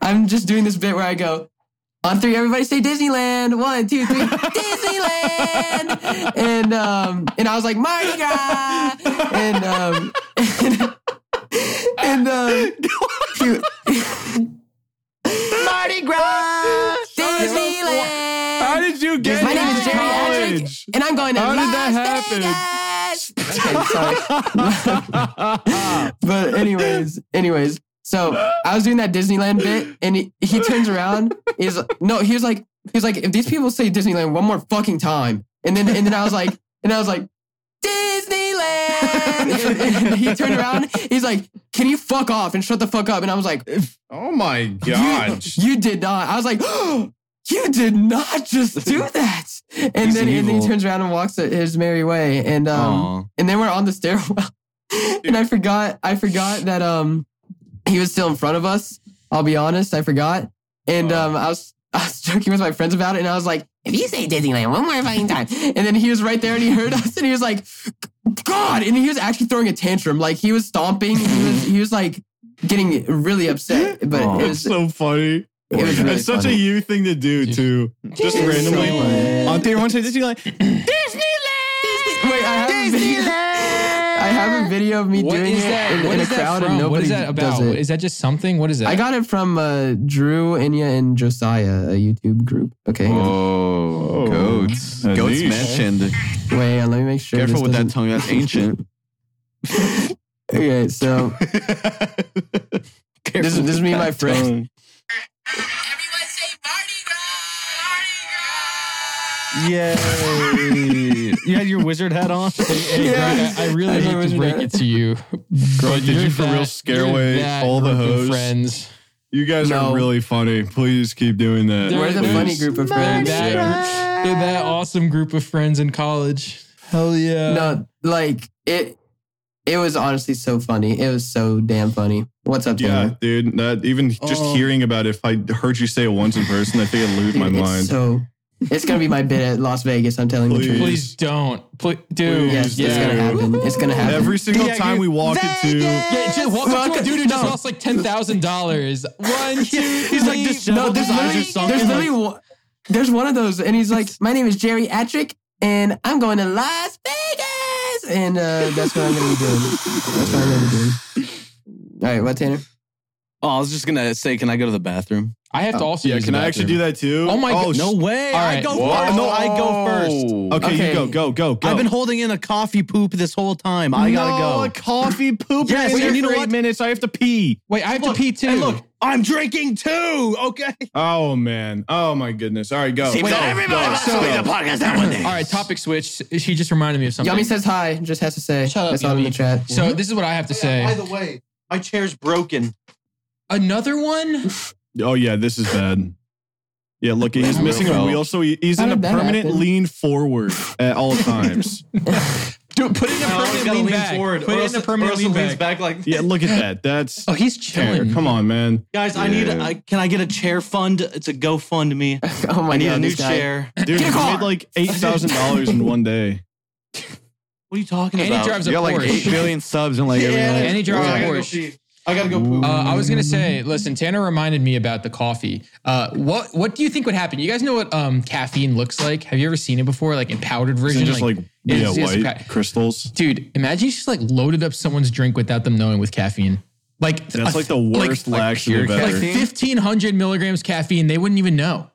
I'm just doing this bit where I go on three, everybody say Disneyland. One, two, (laughs) three, Disneyland. And um, and I was like Mardi Gras. And um, (laughs) and, and (laughs) um, he- Mardi Gras. How (laughs) Disneyland. did you get My name into is Jerry Adrick, college? And I'm going to How did that Las happen? Vegas. Okay, sorry. (laughs) (laughs) but anyways, anyways, so I was doing that Disneyland bit, and he, he turns around. Is no, he was like, he was like, if these people say Disneyland one more fucking time, and then and then I was like, and I was like, Disneyland. (laughs) and, and he turned around. He's like, can you fuck off and shut the fuck up? And I was like, oh (laughs) my you, god! you did not. I was like, (gasps) you did not just (laughs) do that. And He's then and then evil. he turns around and walks his merry way, and um Aw. and then we're on the stairwell. (laughs) and I forgot, I forgot that um he was still in front of us. I'll be honest, I forgot. And Oh. um I was I was joking with my friends about it, and I was like, if you say Disneyland one more fucking time. (laughs) And then he was right there and he heard us and he was like, God, and he was actually throwing a tantrum. Like he was stomping, he was he was like getting really upset. But Aw. it That's was so funny. it was really it's such funny. a you thing to do too. Just Disneyland. randomly on theory one say Disneyland. Wait, I have a video, I have a video of me What doing is it that? in, What in a is that crowd and from? nobody What is that about? does it. Is that just something? What is that? I got it from uh, Drew, Inya, and Josiah, a YouTube group. Okay, hang on. Oh, Oh, goats. Goats Anish. mentioned. wait, uh, let me make sure. this Careful with that doesn't- tongue. That's ancient. (laughs) Okay, so this is this is me and my Everyone friend. say Mardi Gras! Mardi Gras! Yay! you had your wizard hat on. (laughs) Hey, Yeah. Greg, I, I really I hate to remember break that. it to you. But did you you're for real that- scare you're away that all the group of hoes? Friends. You guys No. are really funny. Please keep doing that. They're- We're the There's- funny group of They're friends. that, they're that awesome group of friends in college. Hell yeah. No, like it. It was honestly so funny. It was so damn funny. What's up, Yeah, Taylor? dude. That even just Oh. hearing about it, if I heard you say it once in person, I think I'd lose my Dude, it's mind. so. It's gonna be my bit at Las Vegas. I'm telling you the Please. truth. Please don't. Please, dude. Yes, yeah. it's gonna happen. It's gonna happen. Every single Yeah, time dude. we walk into Yeah, just walk up to a Welcome- dude who just no. lost like ten thousand dollars. (laughs) One, two, He's like three, disheveled. No, there's his eyes are literally, sunken, there's like- literally one, there's one of those, and he's like, "My name is Jerry Atrick, and I'm going to Las Vegas, and uh, that's what I'm gonna be doing. That's what I'm gonna be doing." All right, what Tanner? Oh, (laughs) I was just gonna say, can I go to the bathroom? Oh. I have to also. Yeah, use can the I actually do that too? Oh my god! God, No way! All I right. go Whoa. first. No, I go first. Okay, Okay. you go, go, go, go. I've been holding in a coffee poop this whole time. I gotta go. coffee poop. Yes, in and here you know for eight what? minutes. I have to pee. Wait, I have Look, to pee too. And look, I'm drinking too. Okay. Oh man. Oh my goodness. All right, go. Go, Seems that everybody go, wants go. to be the podcast that one day. All right, topic switch. She just reminded me of something. Yummy says hi. Just has to say. Shut up, that's all in the Yummy. chat. so this is what I have to say. the way, my chair's broken. Another one. Oh yeah, this is bad. Yeah, look, he's Wheel missing a fell. wheel, so he- he's How in a did that permanent happen? lean forward (laughs) at all times. Dude, put it in a No, he's permanent gotta lean, lean back. forward, Put or it else in a it- or permanent else it lean leans back. back like yeah, look at that. That's Oh, he's terror. chilling. Come on, man, Guys, I need. Yeah. I, can I get a chair fund? It's a GoFundMe. (laughs) oh my I need god, a new this guy. chair. dude. Get a You car. made like eight thousand dollars in one day. What are you talking And he about? drives a You got like Porsche. eight billion subs and like every Yeah. night. And he drives I a gotta go Porsche. pee. I gotta go poop. Uh, I was gonna say, listen, Tanner reminded me about the coffee. Uh, what what do you think would happen? You guys know what um, caffeine looks like? Have you ever seen it before, like in powdered Isn't version? it just like, yeah, it's- it's white ca- crystals. dude, imagine you just like loaded up someone's drink without them knowing with caffeine. Like That's a- like the worst like laxative pure ever. like fifteen hundred milligrams caffeine. They wouldn't even know.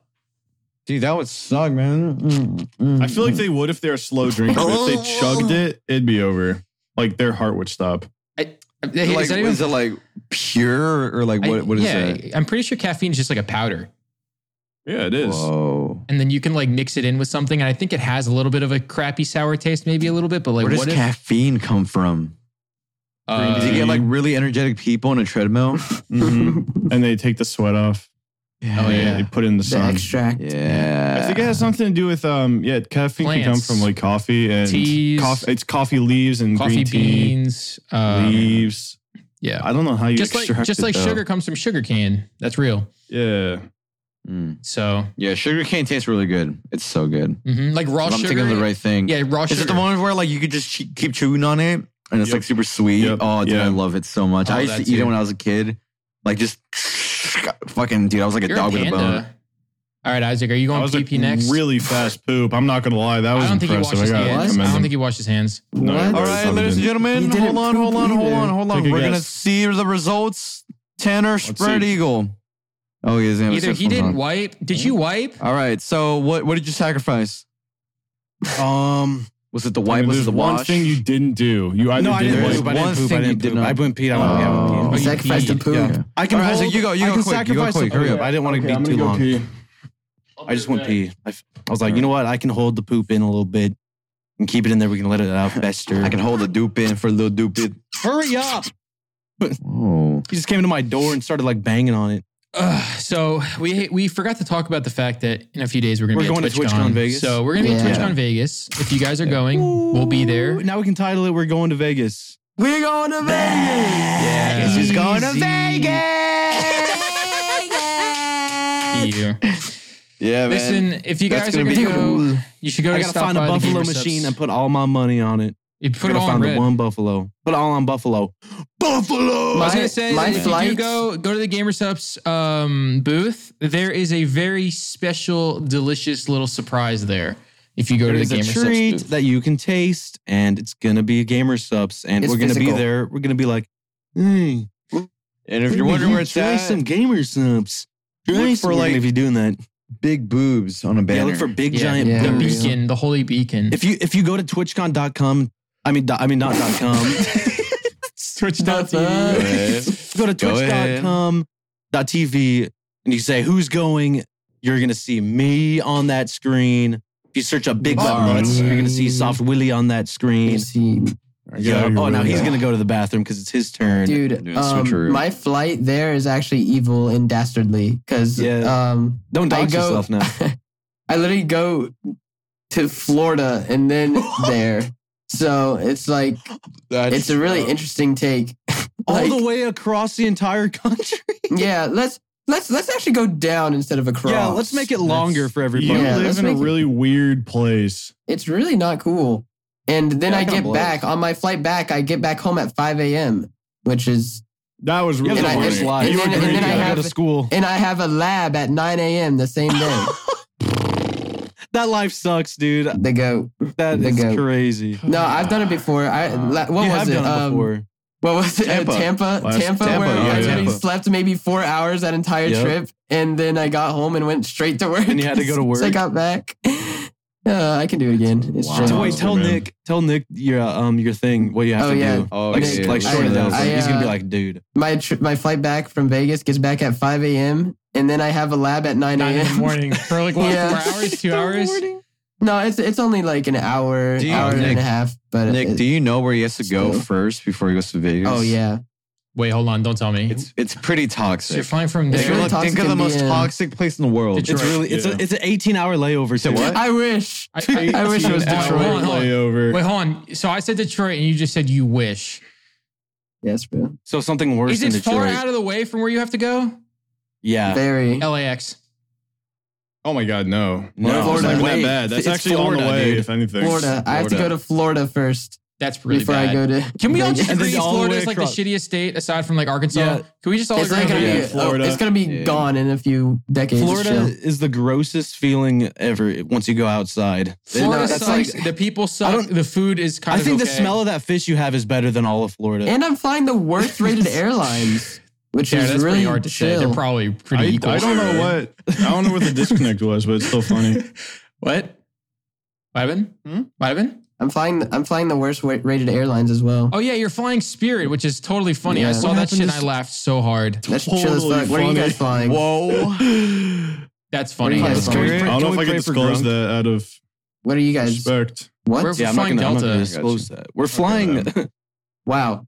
Dude, that would suck, man. Mm, I feel like they would if they're a slow drinker. but if they chugged it, it'd be over. Like their heart would stop. Is, Uh, Is like, that even- is it like pure or like what? What is yeah, that? I'm pretty sure caffeine is just like a powder. Yeah, it is. Whoa. and then you can like mix it in with something. And I think it has a little bit of a crappy sour taste, maybe a little bit, but like Where does what if, caffeine come from? uh, Does it get like Green. really energetic people on (laughs) a treadmill? Mhm. and they take the sweat off. Oh, and yeah. they put it in the The sun. extract. Yeah. I think it has something to do with um yeah caffeine can come Plants. from like coffee and Teas. coffee. It's coffee leaves and green coffee tea beans? Um, leaves. yeah, I don't know how you just like extract just it, like though. sugar comes from sugar cane. That's real. Yeah, Mm. So Yeah, sugar cane tastes really good. It's so good. mhm. like raw If I'm sugar. thinking of the right thing. yeah, raw Is sugar. it the one where like you could just che- keep chewing on it and it's Yep. like super sweet? Yep. Oh, dude, Yeah. I love it so much. Oh, I used to that eat it too. when I was a kid. Like just (sniffs) fucking dude, I was like a You're dog with a panda. bone. All right, Isaac, are you that going was PP a next? really fast poop. I'm not gonna lie, that was I don't think he impressive. washed his I gotta hands. commend I don't him. think he washed his hands. What? No, he All probably right, didn't. ladies and He gentlemen, didn't hold on, poop hold on, hold either. on, hold on. Take a We're gonna guess. see the results. Tanner Spread see. Eagle. Oh, he doesn't have his Either he headphones didn't on. wipe. Did you wipe? All right, so what what did you sacrifice? um, Was it the I white? mean, Was it there's the one wash? thing you didn't do. You either no, I didn't. didn't There is poop. I one didn't poop. thing I you didn't did poop. not- I wouldn't pee. I don't think I Oh. would pee. Sacrifice to peed. poop. Yeah. I can All right, Isaac, hold- you go- you I go can quick, you go sacrifice quick, the hurry poop. up. I didn't want to be too long. I just went pee. I, f- I was like, you know what? I can hold the poop in a little bit and keep it in there. We can let it out fester. I can hold the dupe in for a little dupe. in. hurry up. Oh, He just came to my door and started like banging on it. Ugh, so we we forgot to talk about the fact that in a few days we're gonna We're be at going to TwitchCon. TwitchCon Vegas. So we're gonna be Yeah. at TwitchCon Vegas. If you guys are going, we'll be there. Ooh, Now we can title it "We're Going to Vegas." We're going to Vegas. Yeah, this is going to Easy. You. yeah, man. Listen, if you guys are gonna go, you should go. I to gotta stop find a by the buffalo Gamer machine Subs. and put all my money on it. You put I it gotta all on find the red. one buffalo. Put it all on buffalo. Buffalo. I was My- gonna say, my that if you do flights- go go to the GamerSups um, booth, there is a very special, delicious little surprise there. If you go There to is the a GamerSups treat booth, that you can taste, and it's gonna be gamer subs, and It's we're gonna physical. be there. We're gonna be like, hey, and if you're wondering where it's try at, some gamer subs. Try Look some for, like, if you're doing that. big boobs on a banner. Yeah, look for big yeah, giant yeah. the boobs. beacon, the holy beacon. If you if you go to twitchcon.com, I mean do- I mean not dot (laughs) .com. That's us. go to Go ahead. twitch.com dot TV and you say who's going, you're gonna see me on that screen. If you search up Big Butt All right. Butts, you're gonna see Soft Willy on that You screen. see, Yeah. you're Oh, now really he's good. gonna go to the bathroom because it's his turn. Dude, Doing switcheroo. um, my flight there is actually evil and dastardly because Yeah. um, Don't I dox go- yourself (laughs) now. I literally go to Florida (laughs) and then there. So it's like, it's a really interesting take. All Like- the way across the entire country. Yeah, let's let's let's actually go down instead of across. Yeah, let's make it longer for You everybody. Yeah, live let's in a make it- really weird place. It's really not cool. And then Yeah, I it kinda get blows. back on my flight back. I get back home at five a.m., which is That was really And I- funny. and- and- You and- and agreed then (laughs) I to that. have- go to school. and I have a lab at nine a.m. the (sighs) same day. That life sucks, dude. they go. That The is goat. crazy. No, I've done it before. I la- what you was have it? done it Um, before. What was it? Tampa. Tampa, Tampa, Last- Tampa, Tampa, where yeah, I literally Tampa. slept maybe four hours that entire Yep. trip, and then I got home and went straight to work. And you had to go to (laughs) So I work. got back. Uh, I can do it again. It's Wow. true. So wait, Oh, tell man. Nick, tell Nick your uh, um your thing, what you have Oh, to yeah. do. Oh, Like, yeah, like yeah, short yeah. of that, I, he's gonna be uh, like, dude. my tri- my flight back from Vegas gets back at 5 a.m. and then I have a lab at 9 Nine in the a.m. morning for like what, Yeah. four hours, two hours. (laughs) no, it's it's only like an hour, Do you- hour Nick- and a half. But Nick, it- do you know where he has to go Still. first before he goes to Vegas? oh yeah, Wait, hold on, don't tell me. it's it's pretty so you're toxic. flying from It's there. If you're really like- think toxic of the in most the, uh, toxic place in the world. Detroit. It's really it's Yeah. a, it's an eighteen hour layover. said too. what? I wish. I- I, wish it was Hold on, Detroit. hold on, hold on. layover. Wait, hold on. So I said Detroit, and you just said you wish. Yes, bro. So something worse Is than it far Detroit. out of the way from where you have to go? yeah. Very. LAX. Oh my God, no. No. Well, it's Florida. not that Wait, bad. That's it's actually on Florida, the way, dude. if anything. Florida. I have to Florida. go to Florida first. That's really before bad. I go to. Can we all (laughs) just And agree then all the Florida way is like across- the shittiest state aside from like Arkansas? Yeah. Can we just all It's agree not on gonna that? be. Yeah, oh, Florida. it's gonna be Yeah. gone in a few decades. Florida Florida. is the grossest feeling ever once you go outside. Florida That's like- sucks. the people suck. don't- The food is kind I of. think the okay. smell of that fish you have is better than all of Florida. And I'm flying the worst rated airlines, which Yeah, is that's really pretty hard to say. chill. They're probably pretty I, equal. I don't know what I don't know what the disconnect was, but it's still funny. What? What happened? Hmm? What happened? I'm flying. I'm flying the worst wa- rated airlines as well. Oh yeah, you're flying Spirit, which is totally funny. I Yeah. saw What that shit and happened I to- laughed so hard. That's chill as totally fuck. Where are you funny. guys flying? (laughs) Whoa. That's funny. What are you guys Yes. talking we I pray- don't know we if I pray can for disclose Grunk? that out of What are you guys? respect. What? We're Yeah, I'm not flying gonna, I'm not Delta. gonna disclose that. (laughs) We're flying. Wow.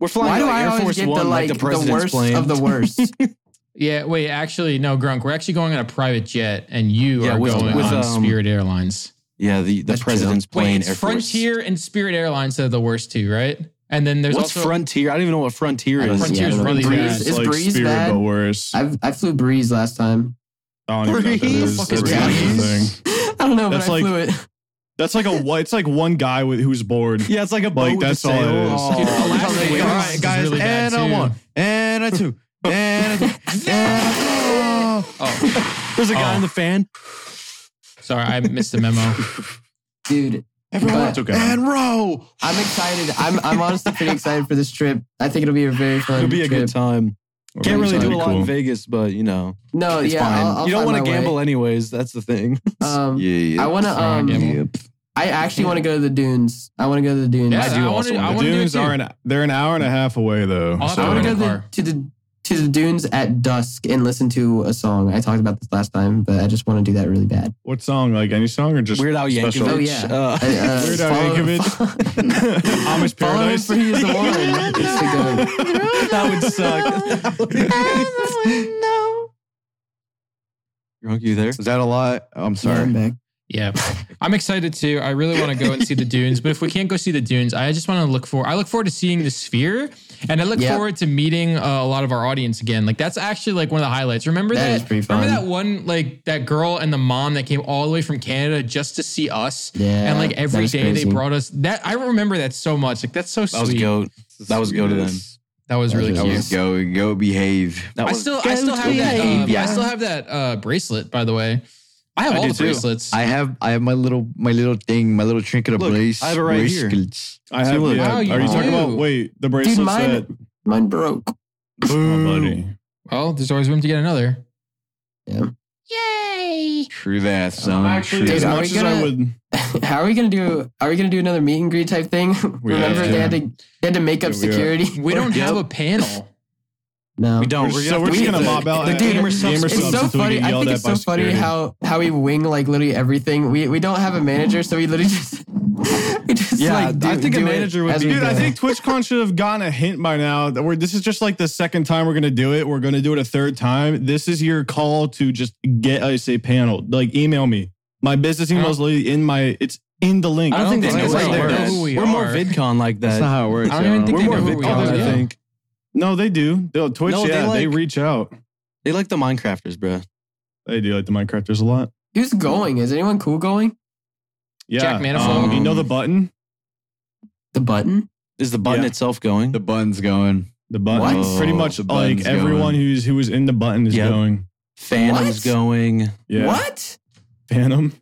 We're flying. Why do like I Air always Force get One, the like, the the, president's worst plane. of the worst? Yeah, wait, actually, no, Grunk. We're actually going on a private jet, and you Yeah, are with- going with, on um, Spirit Airlines. yeah, the, the That's president's Wait, plane. it's Air Force. Frontier and Spirit Airlines that are the worst two, right? And then there's What's also Frontier? I don't even know what Frontier I don't is. know. Frontier's Yeah, really Breeze. bad. Is Breeze Spirit, bad? but worse. I've I flew Breeze last time. (laughs) I don't even know what that Breeze? is. What the That's fuck is not even a Breeze? thing. I don't know, That's but I like- flew it. That's like a wh- it's like one guy with who's bored. Yeah, it's like a boat. Like, with a that's all it sail. is. Aw. Dude, Oh. Alaska All Airlines right, is guys. really bad, and a too. one. And a two. And a two. and a Oh, There's a (laughs) guy Oh. in the fan. sorry, I missed (laughs) the memo. Dude, Everyone. It's okay. And row. I'm excited. I'm I'm honestly pretty excited for this trip. I think it'll be a very fun It'll be a trip. good time. Can't That'd be really do a lot in Cool. Vegas, but you know, No, it's Oh, yeah, fine. I'll, I'll you don't find want to my way. gamble anyways. That's the thing. Um, Yeah, yeah. I want to. Sorry, gamble. Um, I actually want to go to the dunes. I want to go to the dunes. Yeah, I, I do also The want to do it dunes too. are an they're an hour and a half away though. I'll have to so- want rent to a go car. the, to the to the dunes at dusk and listen to a song. I talked about this last time, but I just want to do that really bad. what song? Like any song or just Weird Al special? Yankovic. Oh, yeah. Uh, (laughs) I, uh, Weird Al follow- Yankovic. (laughs) Amish Follow him Paradise. for he is the (laughs) one. It's a good- that would suck. Drunk, you there? (laughs) Is that a lot? I'm Yeah, I'm sorry. back. Yeah, (laughs) I'm excited too. I really want to go and see the dunes, but if we can't go see the dunes, I just want to look for. I look forward to seeing the sphere, and I look Yeah. forward to meeting uh, a lot of our audience again. Like that's actually like one of the highlights. Remember That that? is pretty Remember fun. that one like that girl and the mom that came all the way from Canada just to see us, Yeah, and like that every is day crazy. they brought us. That I remember that so much. Like that's so sweet. That was goat. That was go to them. That was That really was cute. awesome. Go, go behave. That I was still, I still have that. um, I behavior. still have that uh, bracelet, by the way. I have I all do the too. bracelets. I have I have my little my little thing, my little trinket of Look, brace. I have it right here. bracelets. I have. Wow, yeah. you Are you talking do. about wait the bracelets mine- that? Mine broke. (laughs) Oh, buddy. well, there's always room to get another. True that, son. True Dude, as are that. we much as I gonna- would, How are we gonna do? Are we gonna do another meet and greet type thing? (laughs) Remember have to. they had to they had to make up Yeah, we are. security. (laughs) We don't Yep. have a panel. No, We don't. We're so we're just we- gonna mob out the at dude, gamer subs. It's so until we funny. get I yelled think at it's by so funny security. how how we wing like literally everything. We we don't have a manager, so we literally (laughs) just we just Yeah, like do, I think a do it manager would as be- we Dude, I go. think TwitchCon should have gotten a hint by now that we're. This is just like the second time we're gonna do it. We're gonna do it a third time. This is your call to just get us a panel. Like email me. My business email is literally in my. It's in the link. I don't think they know that's like how it that. works. Know who we We're more are. VidCon like That's not that. how it works. I don't even think y'all. they We're more know who we VidCon, are. I Yeah. think. No, they do. They'll Twitch. No, they yeah, they like- reach out. They like the Minecrafters, bro. They do like the Minecrafters a lot. who's going? Is anyone cool going? Yeah, Jack Manifold. Um, you know the button. The button. Is the button Yeah. itself going? The bun's going. The button. What? Pretty much Oh, The button's like everyone going. who's who was in the button is Yep. going. Phantom's What? going. Yeah. What? Phantom.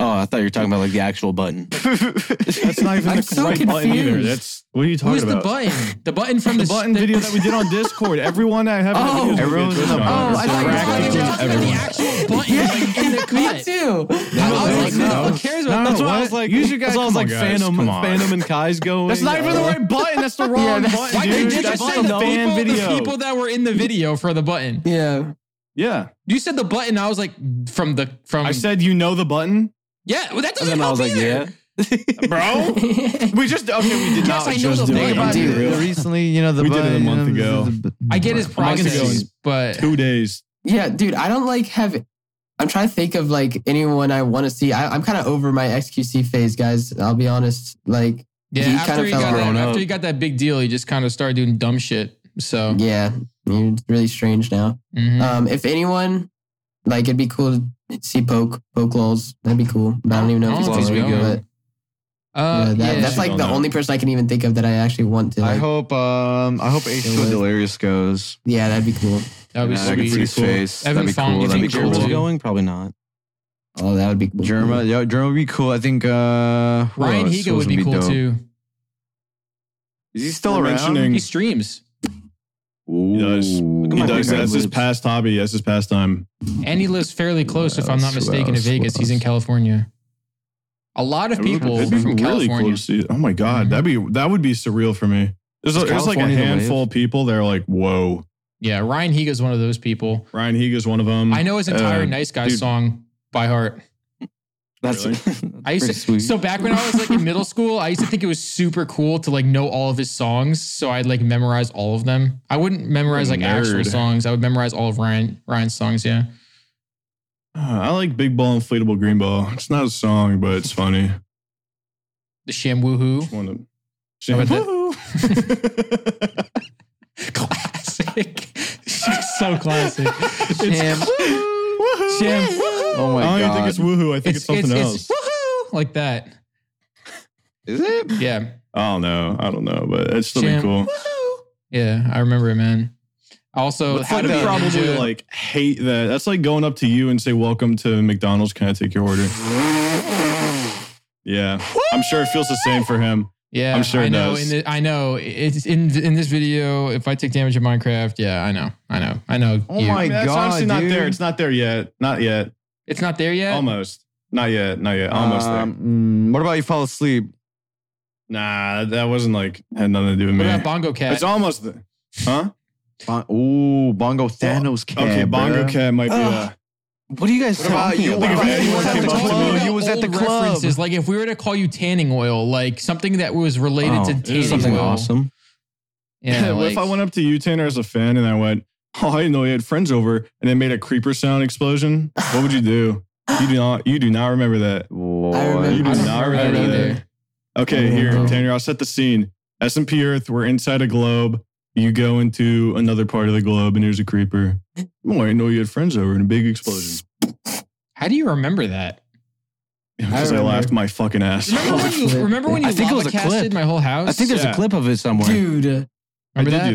Oh, I thought you were talking about like the actual button. That's not even I'm the so right button either. confused. That's what are you talking (laughs) Who's the about? button? The button from the the, button (laughs) video that we did on Discord. Everyone I have. Oh. Everyone's in the Uh, Oh, I thought you were talking Cracking about everyone. the the actual. actual button Yeah, like, in the me cut. too. I was like, No, no, no. who cares No, about no, that? That's why I what? was like, Use your guys- that's why I was come on, like guys, Phantom, come on. Phantom and Kai's going. That's not even the right button. That's (laughs) the wrong Yeah, that's- button. Why dude. did you That's just the say the fan people, video. the people that were in the video for the button? Yeah. yeah, You said the button. I was like, from the from. I said you know the button, yeah. Well, that And doesn't then I help was like, either. yeah. bro. we just okay. We did Yes, not I know just the do button. it. Dude, Dude, real- recently, you know, the We did it a bun, month you know, ago. the- I get his I'm not gonna go process, and- but Two days. (laughs) Yeah, dude, I don't like have. I'm trying to think of like anyone I want to see. I, I'm kind of over my XQC phase, guys. I'll be honest. Like, yeah. He After kinda he fell got that, grown after up. he got that big deal, he just kind of started doing dumb shit. So yeah, you're really strange now. mhm. Um, if anyone, like, it'd Oh, be cool to see Poke Poke Lols. That'd be cool. But I don't even know if he's I going don't to know if go. he's But Uh, yeah, that, yeah. that's like Don't the know. only person I can even think of that I actually want to. I Like, hope um I hope Ace It to was- Delirious goes. yeah, that'd be cool. that would Yeah, I be can see sweet. his face. Evan That'd be Fong, cool. you That'd be think cool. Germa's German- going? Probably not. Oh, that would be cool. Germa, yeah, Germa would be cool. I think uh who Ryan else? Higa Who else would be cool dope? too. Is he still We're around? mentioning- He streams Ooh. does. at He my does. finger That's his lips. past hobby. That's his pastime. and he lives fairly close, if I'm not Who else? mistaken, to Who Vegas. He's in else? California. A lot of people That'd be from really cool California. to see. Oh my god, that'd be that would be surreal for me. There's, Mm-hmm. Is there's like a California the handful of people that are like, whoa. Yeah, Ryan Higa's one of those people. Ryan Higa's one of them. I know his entire Uh, Nice Guy dude. song by heart. That's, (laughs) Really? that's I used to, pretty sweet. so back when I was like in middle school, I used to think it was super cool to like know all of his songs. So I'd like memorize all of them. I wouldn't memorize like actual Nerd. songs. I would memorize all of Ryan Ryan's songs. Yeah, Uh, I like Big Ball Inflatable Green Ball. It's not a song, but it's funny. the Sham (laughs) Woohoo It's one of How about that? Woo! classic. (laughs) so (laughs) classic. Sham. Woohoo! Sham. Oh my I don't even god. think it's woohoo. I think it's, something else. woohoo like that. Is it? Yeah, I don't know. I don't know, but it's still be Sham. cool. yeah. I remember it, man. Also, It's how like to be a probably ninja. like hate that. That's like going up to you and say, "Welcome to McDonald's. Can I take your order?" Yeah, I'm sure it feels the same for Oh him. Yeah, I'm sure I it know. does. In the, I know. It's in in this video. If I take damage in Minecraft, yeah, I know. I know. I know. Oh you. my That's god. honestly not dude. there. It's not there yet. Not yet. It's not there yet. Almost. Not yet. Not yet. Almost there. Um, mm, what about you fall asleep? Nah, that wasn't like had nothing to do with What me. about Bongo Cat? It's almost there. Huh? Bon- Ooh, Bongo Thanos cat. Okay, Bongo bruh. Cat might be. Uh, Ugh. What are you guys What about talking you? about? Think if What about you? anyone Was at came the up to club? me- You was at the Old club. references, Like if we were to call you tanning oil, like something that was related Oh, to tanning something oil. awesome. Yeah. what (laughs) like, if I went up to you, Tanner, as a fan, and I went, "Oh, I didn't know you had friends over," and it made a creeper sound explosion? What would you do? You do not. You do not remember that. Boy. I remember- You do I don't not remember remember that that. either. Okay, Oh, here, no. Tanner. I'll set the scene. S and P Earth. We're inside a globe. You go into another part of the globe, and there's a creeper. Oh, I didn't know you had friends over, and a big explosion. How do you remember that? Because I, remember. laughed my fucking ass. Remember off. when you clip. remember when you I think it was lava a clip. casted my whole house? I think there's Yeah. a clip of it somewhere. Dude, I did remember that? do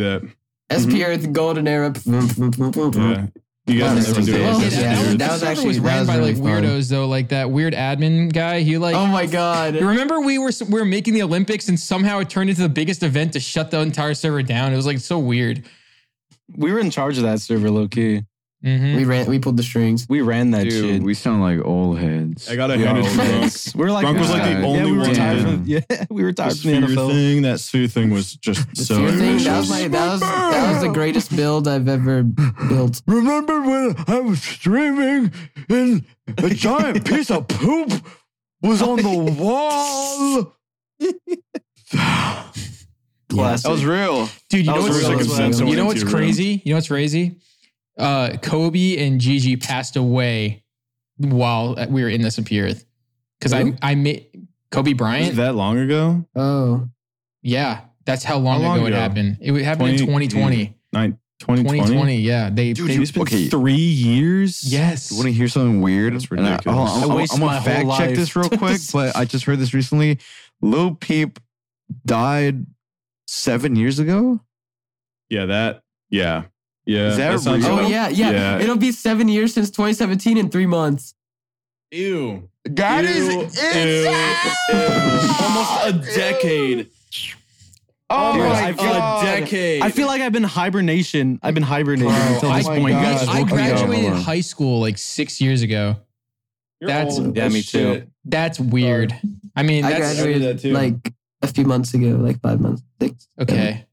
that. SP Earth Golden Era. Mm-hmm. Yeah. You Wow, guys that's never something. do that. Well, That's yeah, weird. that that was was actually- was that ran was by really like fun. weirdos though, like that weird admin guy. He like oh my god. You remember we were we were making the Olympics and somehow it turned into the biggest event to shut the entire server down. It was like so weird. We were in charge of that server, low key. Mhm. We ran. We pulled the strings. We ran that Dude, shit. we sound like old heads. I got a handed to Gronk. Yes. we were like, Gronk was like the yeah, we only were one tired that- from- yeah, (laughs) we were tired That from the sphere NFL. thing, that sphere thing was just The so. fear thing, that was ambitious. my. That was that was the greatest build I've ever built. Remember when I was streaming and a giant piece of poop was on the wall? Classic. That was real. Dude, you That know was what's, really good sense you know of what's into your crazy? You know what's crazy? Uh, Kobe and Gigi passed away while uh, we were in this and Earth. Because I Who? I made Was Kobe it Bryant. that long ago? Oh, yeah, that's how long, How long ago, it ago? happened. It 20 happened in 2020. Nine, 2020? 2020. Yeah, they. Dude, they- you- It's been Okay. three years? yes. You want to hear something weird? That's And I- ridiculous. hold on, I I'm, I'm, wasted I'm my gonna whole fact check life. this real quick, but I just heard this recently. Lil Peep died seven years ago. Yeah, that. Yeah. Yeah. Is that sounds real? oh about- yeah, yeah, Yeah. It'll be seven years since 2017 in three months. Ew. That ew, is ew, ew. Almost a decade. Oh Dude, my I feel god! A decade. I feel like I've been hibernation. I've been hibernating Bro, until I, this point. Oh God. You guys I- I woke me up. graduated Hold on. high school like six years ago. You're that's- old yeah, as me too. shit. That's weird. I mean, I that's I did graduated that too. like a few months ago, like five months. Six, seven. okay.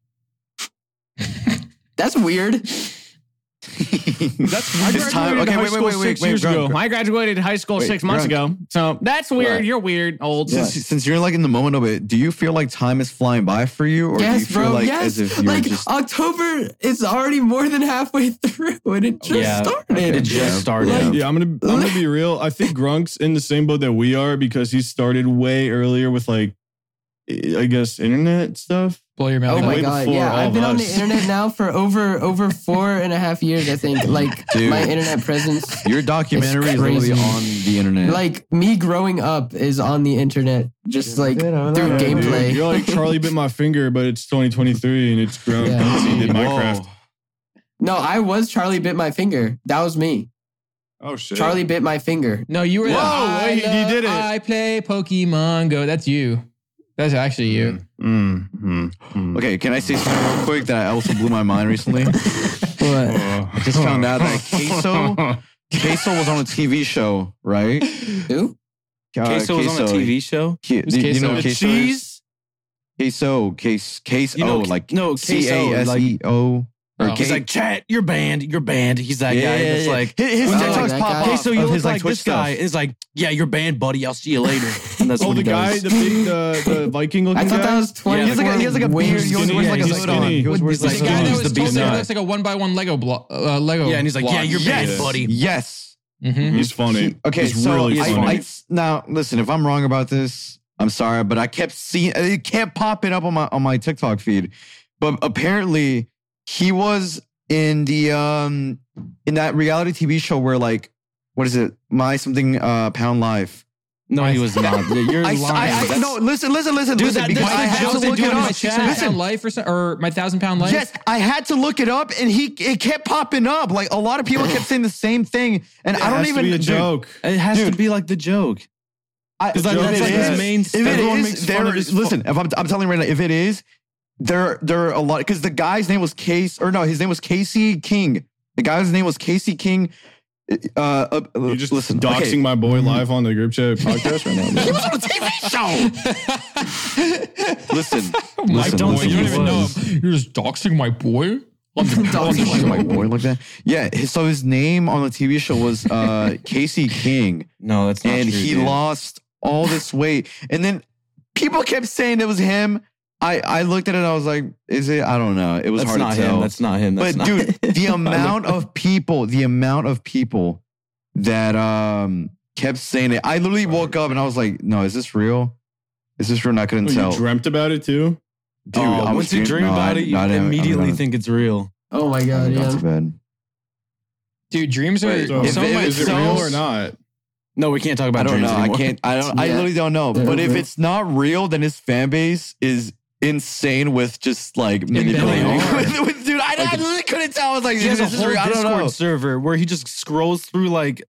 That's weird. That's weird. It's time- okay, wait, wait, wait, wait, wait, Gronk, Gronk. I graduated high school Wait, Gronk. ago. So that's Right. You're weird, old. Since, since you're like in the moment of it, do you feel like time is flying by for you, or do you yes, feel bro. like yes. as if you're like uh, just October is already more than halfway (laughs) through, and it just Yeah, started. It just started. Like- Yeah, I'm gonna I'm gonna be real. I think Grunk's in the same boat that we are because he started way earlier with like I guess internet stuff. blow your mouth Oh out. my way god! before Yeah, all I've of been on the us. internet now for over over four and a half years. I (laughs) think like Dude. my internet presence, Your documentary is literally crazy. on the internet. like me growing up, is on the internet. Just like through Yeah, dude, gameplay. You're like Charlie bit my finger, but it's 2023 and it's grown Yeah. because he did Minecraft. No, I was Charlie bit my finger. That was me. Oh shit! Charlie bit my finger. No, you were. Whoa, I wait, you love- did it. I play Pokemon Go. That's you. That's actually (laughs) you. Mm, mm, mm. Okay, can I say something real quick that also blew my mind recently? What? I just found out that queso- (laughs) Queso was on a TV show, right? Who? Uh, queso was on a TV show. Ke- Who's do you queso? know The what queso? is? Cheese? Queso, case, queso, oh, You know, like no, queso, C A S E O. Oh. Or He's He's K- like, chat, you're banned. You're banned. He's that guy that's like, his, his Oh, TikToks that pop guy. up queso, you of look his, like, Twitch this guy. stuff. And it's like, yeah, you're banned, buddy. I'll see you (laughs) later. And that's Oh, what he the guy, does. the big, the, the Viking looking I thought guy. that was twenty. Yeah, He has like a, he has like a waves beard. He skinny, always wears like a he's hood on. skinny. He always wears He's like The like a guy He's that hood the on. was beast told that he nut. looks like a one by one Lego block. Uh, Lego. yeah, and he's like, yeah, you're block. banned, Yes. buddy. Yes. Mhm. He's funny. Okay, He's so really I, funny. I- now listen, if I'm wrong about this, I'm sorry, but I kept seeing it kept popping up on my on my TikTok feed. But apparently, he was in the um in that reality TV show where like what is it? My something uh pound life. No, he was not. You're I, lying. I, I That's- no listen listen listen Dude, listen that- because that's I the had joke to they look do it in up. my chat. My Listen, pound life or, so, or my thousand pound life. Yes, I had to look it up, and he it kept popping up. Like a lot of people kept saying the same thing, and I It don't has to even be a dude, joke. It has Dude. to be like the joke. I, Because like, Joke that's it like is. his main If it Everyone is, makes fun there, of his fu- listen, if I'm, I'm telling you right now, if it is, there there are a lot because the guy's name was Case or no, his name was Casey King. The guy's name was Casey King. Uh, uh, You're just listen, doxing okay. my boy live on the group chat podcast right now. (laughs) He man. was on a (laughs) TV show. listen, Oh my listen, don't boy. listen, think You don't he even know was. him. You're just doxing my boy. I'm the Doxing listen. my my boy like that. Yeah. his- So his name on the TV show was uh, Casey King. No, that's not and true, he dude. lost all this weight. And then people kept saying it was him. I, I looked at it and I was like, is it? I don't know. It was That's hard not to tell. him. That's not him. That's but not (laughs) dude, the I amount looked- of people, the amount of people that um kept saying it. I literally woke up and I was like, no, is this real? Is this real? I couldn't You tell. dreamt about it too. Dude, Oh, I was once you dream- dream no, I- about it, you no, I didn't- I immediately didn't- think it's real. Oh my I god! didn't go Yeah. to bed. Dude, dreams are Wait, so Oh, So, if much. it- is it so- real or not? No, we can't talk about I don't dreams know. anymore. I can't. I don't. I Yeah. literally don't know. They're But if real. it's not real, then his fan base is insane with just like they manipulating. are. (laughs) With- with- dude, I, I literally couldn't tell. I was (laughs) like, He has dude, a this is whole real. I don't Discord know. server where he just scrolls through like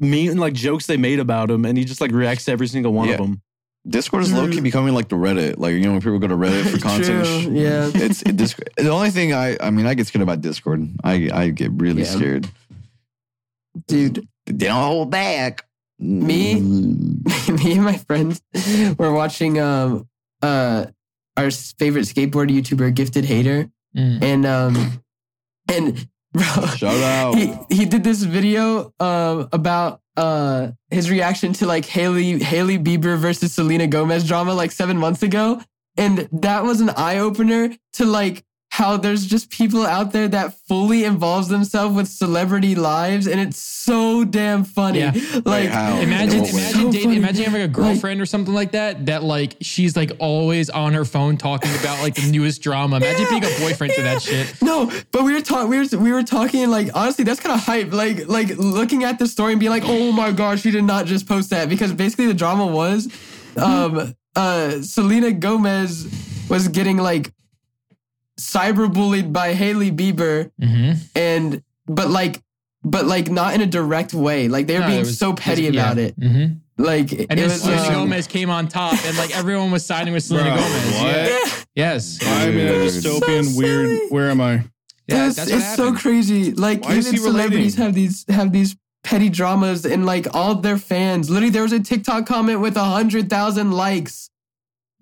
me and like jokes they made about him, and he just like reacts to every single one Yeah. of them. Discord is low key becoming like the Reddit. Like you know when people go to Reddit for content. True. and sh- Yeah. It's it, Disc- the only thing I. I mean, I get scared about Discord. I I get really Yeah. scared. Dude, (laughs) They don't hold back. Me? me and my friends were watching um uh our favorite skateboard YouTuber, Gifted Hater, Mm. and um and (laughs) bro, Shout out. He, he did this video um about uh his reaction to like Haley Haley Bieber versus Selena Gomez drama like seven months ago, and that was an eye opener to like how there's just people out there that fully involves themselves with celebrity lives, and it's so damn funny. Yeah. Like, Like. how? Imagine, In what way? imagine, Oh, So dating, funny. imagine having a Like- girlfriend or something like that. That like she's like always on her phone talking about like the newest drama. Imagine being a boyfriend to Yeah. that shit. No, but we were talking. We were, we were talking. Like honestly, that's kind of hype. Like like looking at the story and being like, oh my gosh, you did not just post that because basically the drama was, um, uh, Selena Gomez was getting like cyberbullied by Haley Bieber Mm-hmm. and but like but like not in a direct way. Like they were being so petty about it. Mm-hmm. Like And it then was. Selena um, Gomez came on top, and like everyone was siding with Selena Bro, Gomez. what? Yeah. Yeah. Yes. I'm in a Dude. dystopian, So silly. weird. Where am I? Yeah, it's that's what it's so happened. crazy. Like Why is even he relating? celebrities have these have these petty dramas, and like all their fans. Literally, there was a TikTok comment with a hundred thousand likes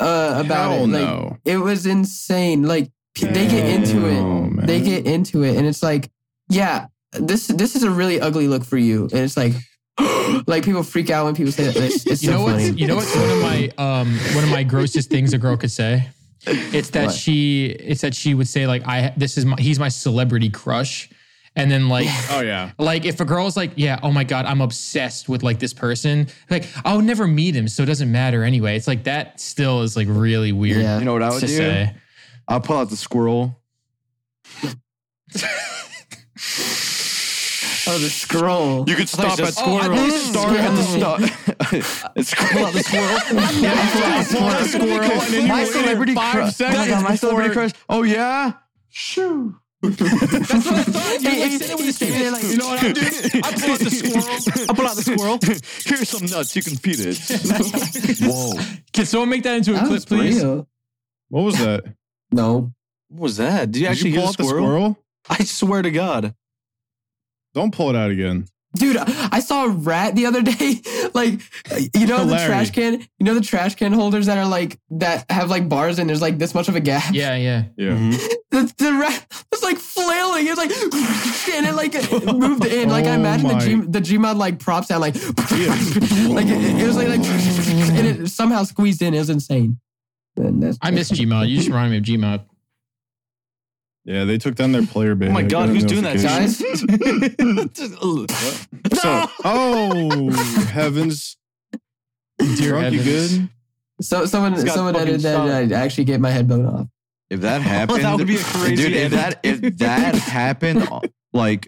uh, about Hell it. Like no. it was insane. Like p- they get into it. Oh, man. They get into it, and it's like, yeah, this this is a really ugly look for you. And it's like, (gasps) like people freak out when people say that. It's, it's You so know what's funny. you know what's one of my um one of my grossest things a girl could say? It's that What? she it's that she would say like I this is my he's my celebrity crush, and then like Oh yeah. like if a girl's like yeah oh my god I'm obsessed with like this person like I'll never meet him so it doesn't matter anyway. It's like that still is like really weird Yeah. (laughs) You know what I would to do? say. I pull out the squirrel. Oh, the scroll. You could stop at squirrel. Oh, I thought you said Start at (laughs) the stop. It's Pull squirrel. out the squirrel. (laughs) Yeah, pull out the squirrel. and then you My were in celebrity five crush. seconds That is my celebrity before- crush. Oh yeah. Shoo. That's what I thought. You like, It's- said it with the it's- same it's like- You know what (laughs) I'm doing? I pull out the squirrel. I pull out the squirrel. Here's some nuts. You can feed (laughs) it. Whoa. (laughs) Can someone make that into a clip, please? real. What was that? Did No. What was that? Did you actually you hear pull the out the squirrel? squirrel? I swear to God. Don't pull it out again. Dude, I I saw a rat the other (laughs) day. like, you know the Larry. trash can, you know the trash can holders that are like that have like bars and there's like this much of a gap. Yeah, yeah. Yeah. (laughs) The, the rat was like flailing. It was like and it like moved in. Like (laughs) I Oh imagine the my. G the Gmod like prop sound like (laughs) like it, it was like like and it somehow squeezed in. It was insane. And that's- I miss Gmod. You just remind me of Gmod. Yeah, they took down their player base. Oh my God, who's doing that, guys. So, oh, heavens. Dear Drunk, you heavens. good? So someone It's got someone fucking edited that and I actually get my headphone off. If (laughs) that happened, would be a crazy dude. edit. If that if (laughs) that happened, uh, like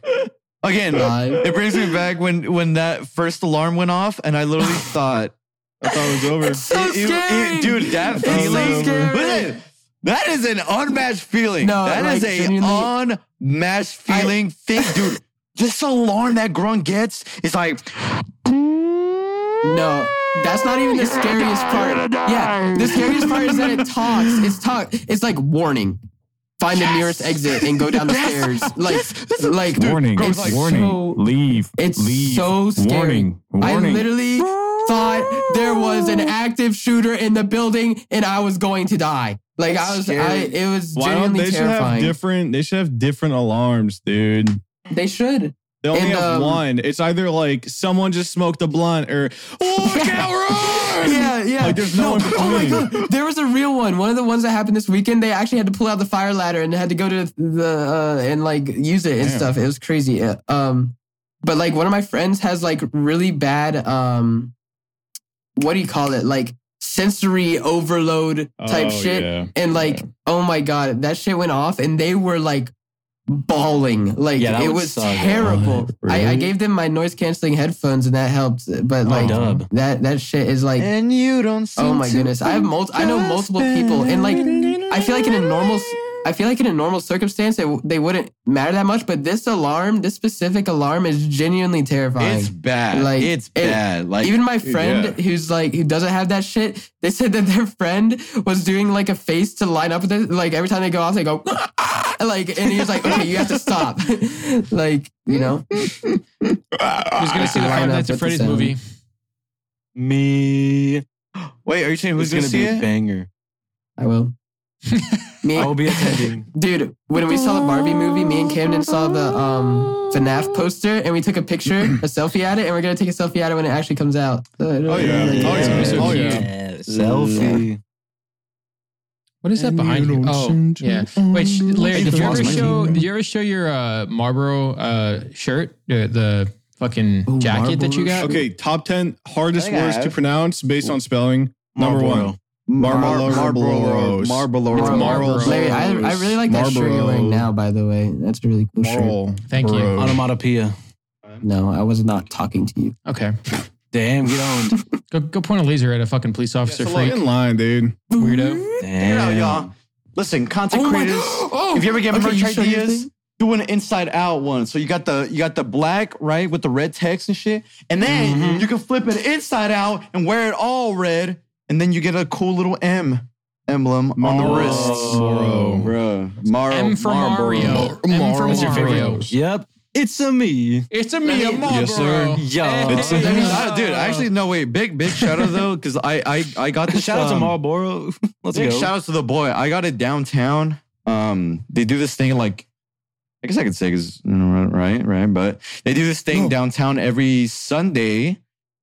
again, Live. it brings me back when when that first alarm went off, and I (laughs) literally thought, I thought it was over. So It- it- scary. it- dude, that It's so feeling. scary. Listen, that is an unmatched feeling. No, that is like, a genuinely- unmatched feeling. thing, (laughs) dude. This alarm that Grunt gets is like No, that's not even the scariest part. Yeah, the scariest part is that it talks. It's talk. It's like warning. Find the nearest exit and go down the stairs. Like, like warning, It's warning, So, leave, it's leave, so scary. warning, I warning. literally thought there was an active shooter in the building and I was going to die. Like I was, I, it was Why don't genuinely they should have terrifying. different? They should have different alarms, dude. they should. They only And, have um, one. It's either like someone just smoked a blunt or (laughs) oh, look out, run! Yeah, yeah. Like, there's no in Oh my between. god, there was a real one. One of the ones that happened this weekend. They actually had to pull out the fire ladder and had to go to the uh, and like use it and Damn. stuff. It was crazy. Uh, Um, but like one of my friends has like really bad um, what do you call it? Like sensory overload type Oh, shit. yeah. And like, oh my god, that shit went off, and they were like bawling. Like Yeah, that it would was suck. terrible. I, I gave them my noise canceling headphones, and that helped. But like Oh, dub. that that shit is like, And you don't see. oh my goodness. I have multi- I know multiple people, and like I feel like in a normal. s- I feel like in a normal circumstance, it, w- they wouldn't matter that much, but this alarm, this specific alarm, is genuinely terrifying. It's bad. Like, it's it- bad. Like Even my friend yeah. who's like who doesn't have that shit, they said that their friend was doing like a face to line up with it. Like every time they go off, they go (laughs) like, and he was like, "Okay, you have to stop." (laughs) like you know, Who's gonna see the Line up Five with Nights at the Freddy's sound. movie? (laughs) Me. wait, are you saying Who's going who's gonna, to be a see it? banger? I will. Me, I will be attending. dude. When we saw the Barbie movie, me and Camden saw the um FNAF poster, and we took a picture, a selfie at it, and we're gonna take a selfie at it when it actually comes out. So it'll- Oh, yeah. it'll- Oh, it's yeah. gonna be so Oh, cute. yeah. (laughs) Selfie. What is that behind you? Oh, yeah. Wait, sh- Larry, Hey, did you Frost, ever my show? Did you ever show your uh, Marlboro uh, shirt, uh, the fucking Ooh, jacket that you got? Okay, top ten hardest I think I words to have. pronounce based on spelling. Number Marlboro. one, Marlboro. Marlboro. Marlboro. Marlboro. Marlboro. Larry, I, I really like that shirt you're wearing Marlboro. now. By the way, that's a really cool shirt. Marl- Thank you. Bro. Onomatopoeia. No, I was not talking to you. Okay. Damn, get owned. Go, go point a laser at a fucking police officer, It's a lot freak. in line, dude. Weirdo. You know, Damn. y'all. Listen, content creators. (gasps) Oh, If you ever get Okay, merch you sure you ideas, think- do an inside out one. So you got the you got the black right with the red text and shit, and then Mm-hmm. you can flip it inside out and wear it all red, and then you get a cool little M emblem on the wrist. Oh. Marlboro. Bro, Mar- M for Marlboro. Mario. M for That's your favorite Mario. one. Yep. It's a me. It's a me, a Marlboro. Yes, sir. Yeah. Hey. It's I mean, I- dude, actually, no, wait, big, big shout out though, because I, I, I got (laughs) this. Shout out to um, Marlboro. (laughs) Let's Big go. shout outs to the boy. I got it downtown. Um, they do this thing like, I guess I could say because right, right, but they do this Oh. thing downtown every Sunday,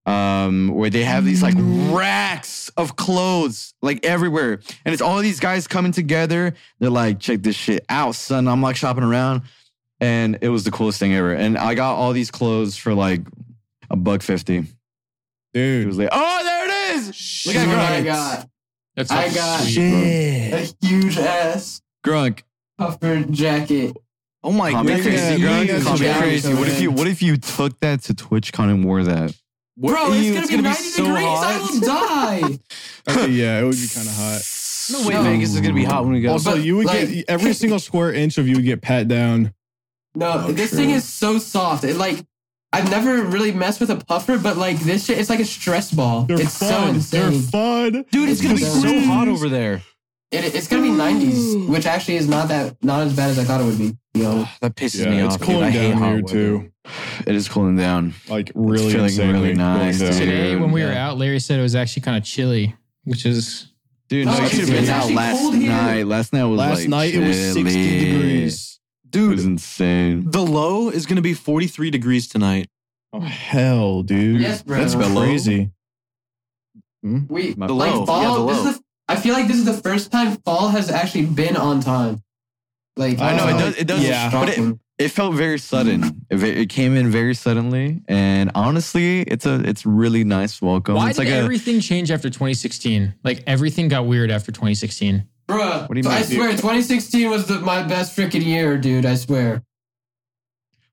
um, where they have these like Mm. racks of clothes like everywhere, and it's all these guys coming together. They're like, check this shit out, son. I'm like shopping around, and it was the coolest thing ever. And I got all these clothes for like a buck fifty. It was Dude. like, oh, there it is. Look at I Grimes. got That's I so got- sweet. Shit. a huge ass Grunk. puffer jacket. Oh my Call me goodness. crazy. yeah, Grunk. yeah, Call me yeah. crazy. What if you What if you took that to TwitchCon and wore that? Bro, it's Ew, gonna be 90 so degrees. I hot. will die. Okay, (laughs) yeah, it would be kind of hot. No way, Vegas is gonna be hot when we go. Also, But, you would like- get (laughs) every single square inch of you would get pat down. No, Oh, this thing is so soft. It like I've never really messed with a puffer, but like this shit, it's like a stress ball. They're it's so fun. They're insane. fun. Dude, it's gonna be so Squeeze. hot over there. It, it's gonna be 90s, which actually is not that not as bad as I thought it would be. You know, That pisses me Yeah, off. it's dude. cooling I hate down hot here weather. too. It is cooling down. Like really, feeling insanely really nice, cooling down. dude. Today, when we were Yeah. out, Larry said it was actually kind of chilly, which is Dude, No, no, you it's- should have it's been out actually last cold here. night. Last night was Last like night it was 60 chilly. degrees. It Dude, was insane. The low is going to be 43 degrees tonight. Oh hell, dude. Yes, bro. That's Below? crazy. we My- The like low. fall. yeah, the this low. is the, I feel like this is the first time fall has actually been on time. Like I know it uh, does. It does. yeah. but it, it felt very sudden. It, ve- it came in very suddenly, and honestly, it's a it's really nice welcome. why it's did like a everything change after 2016? Like everything got weird after 2016. Bruh, What do you I mean? swear, 2016 was the, my best freaking year, dude. I swear.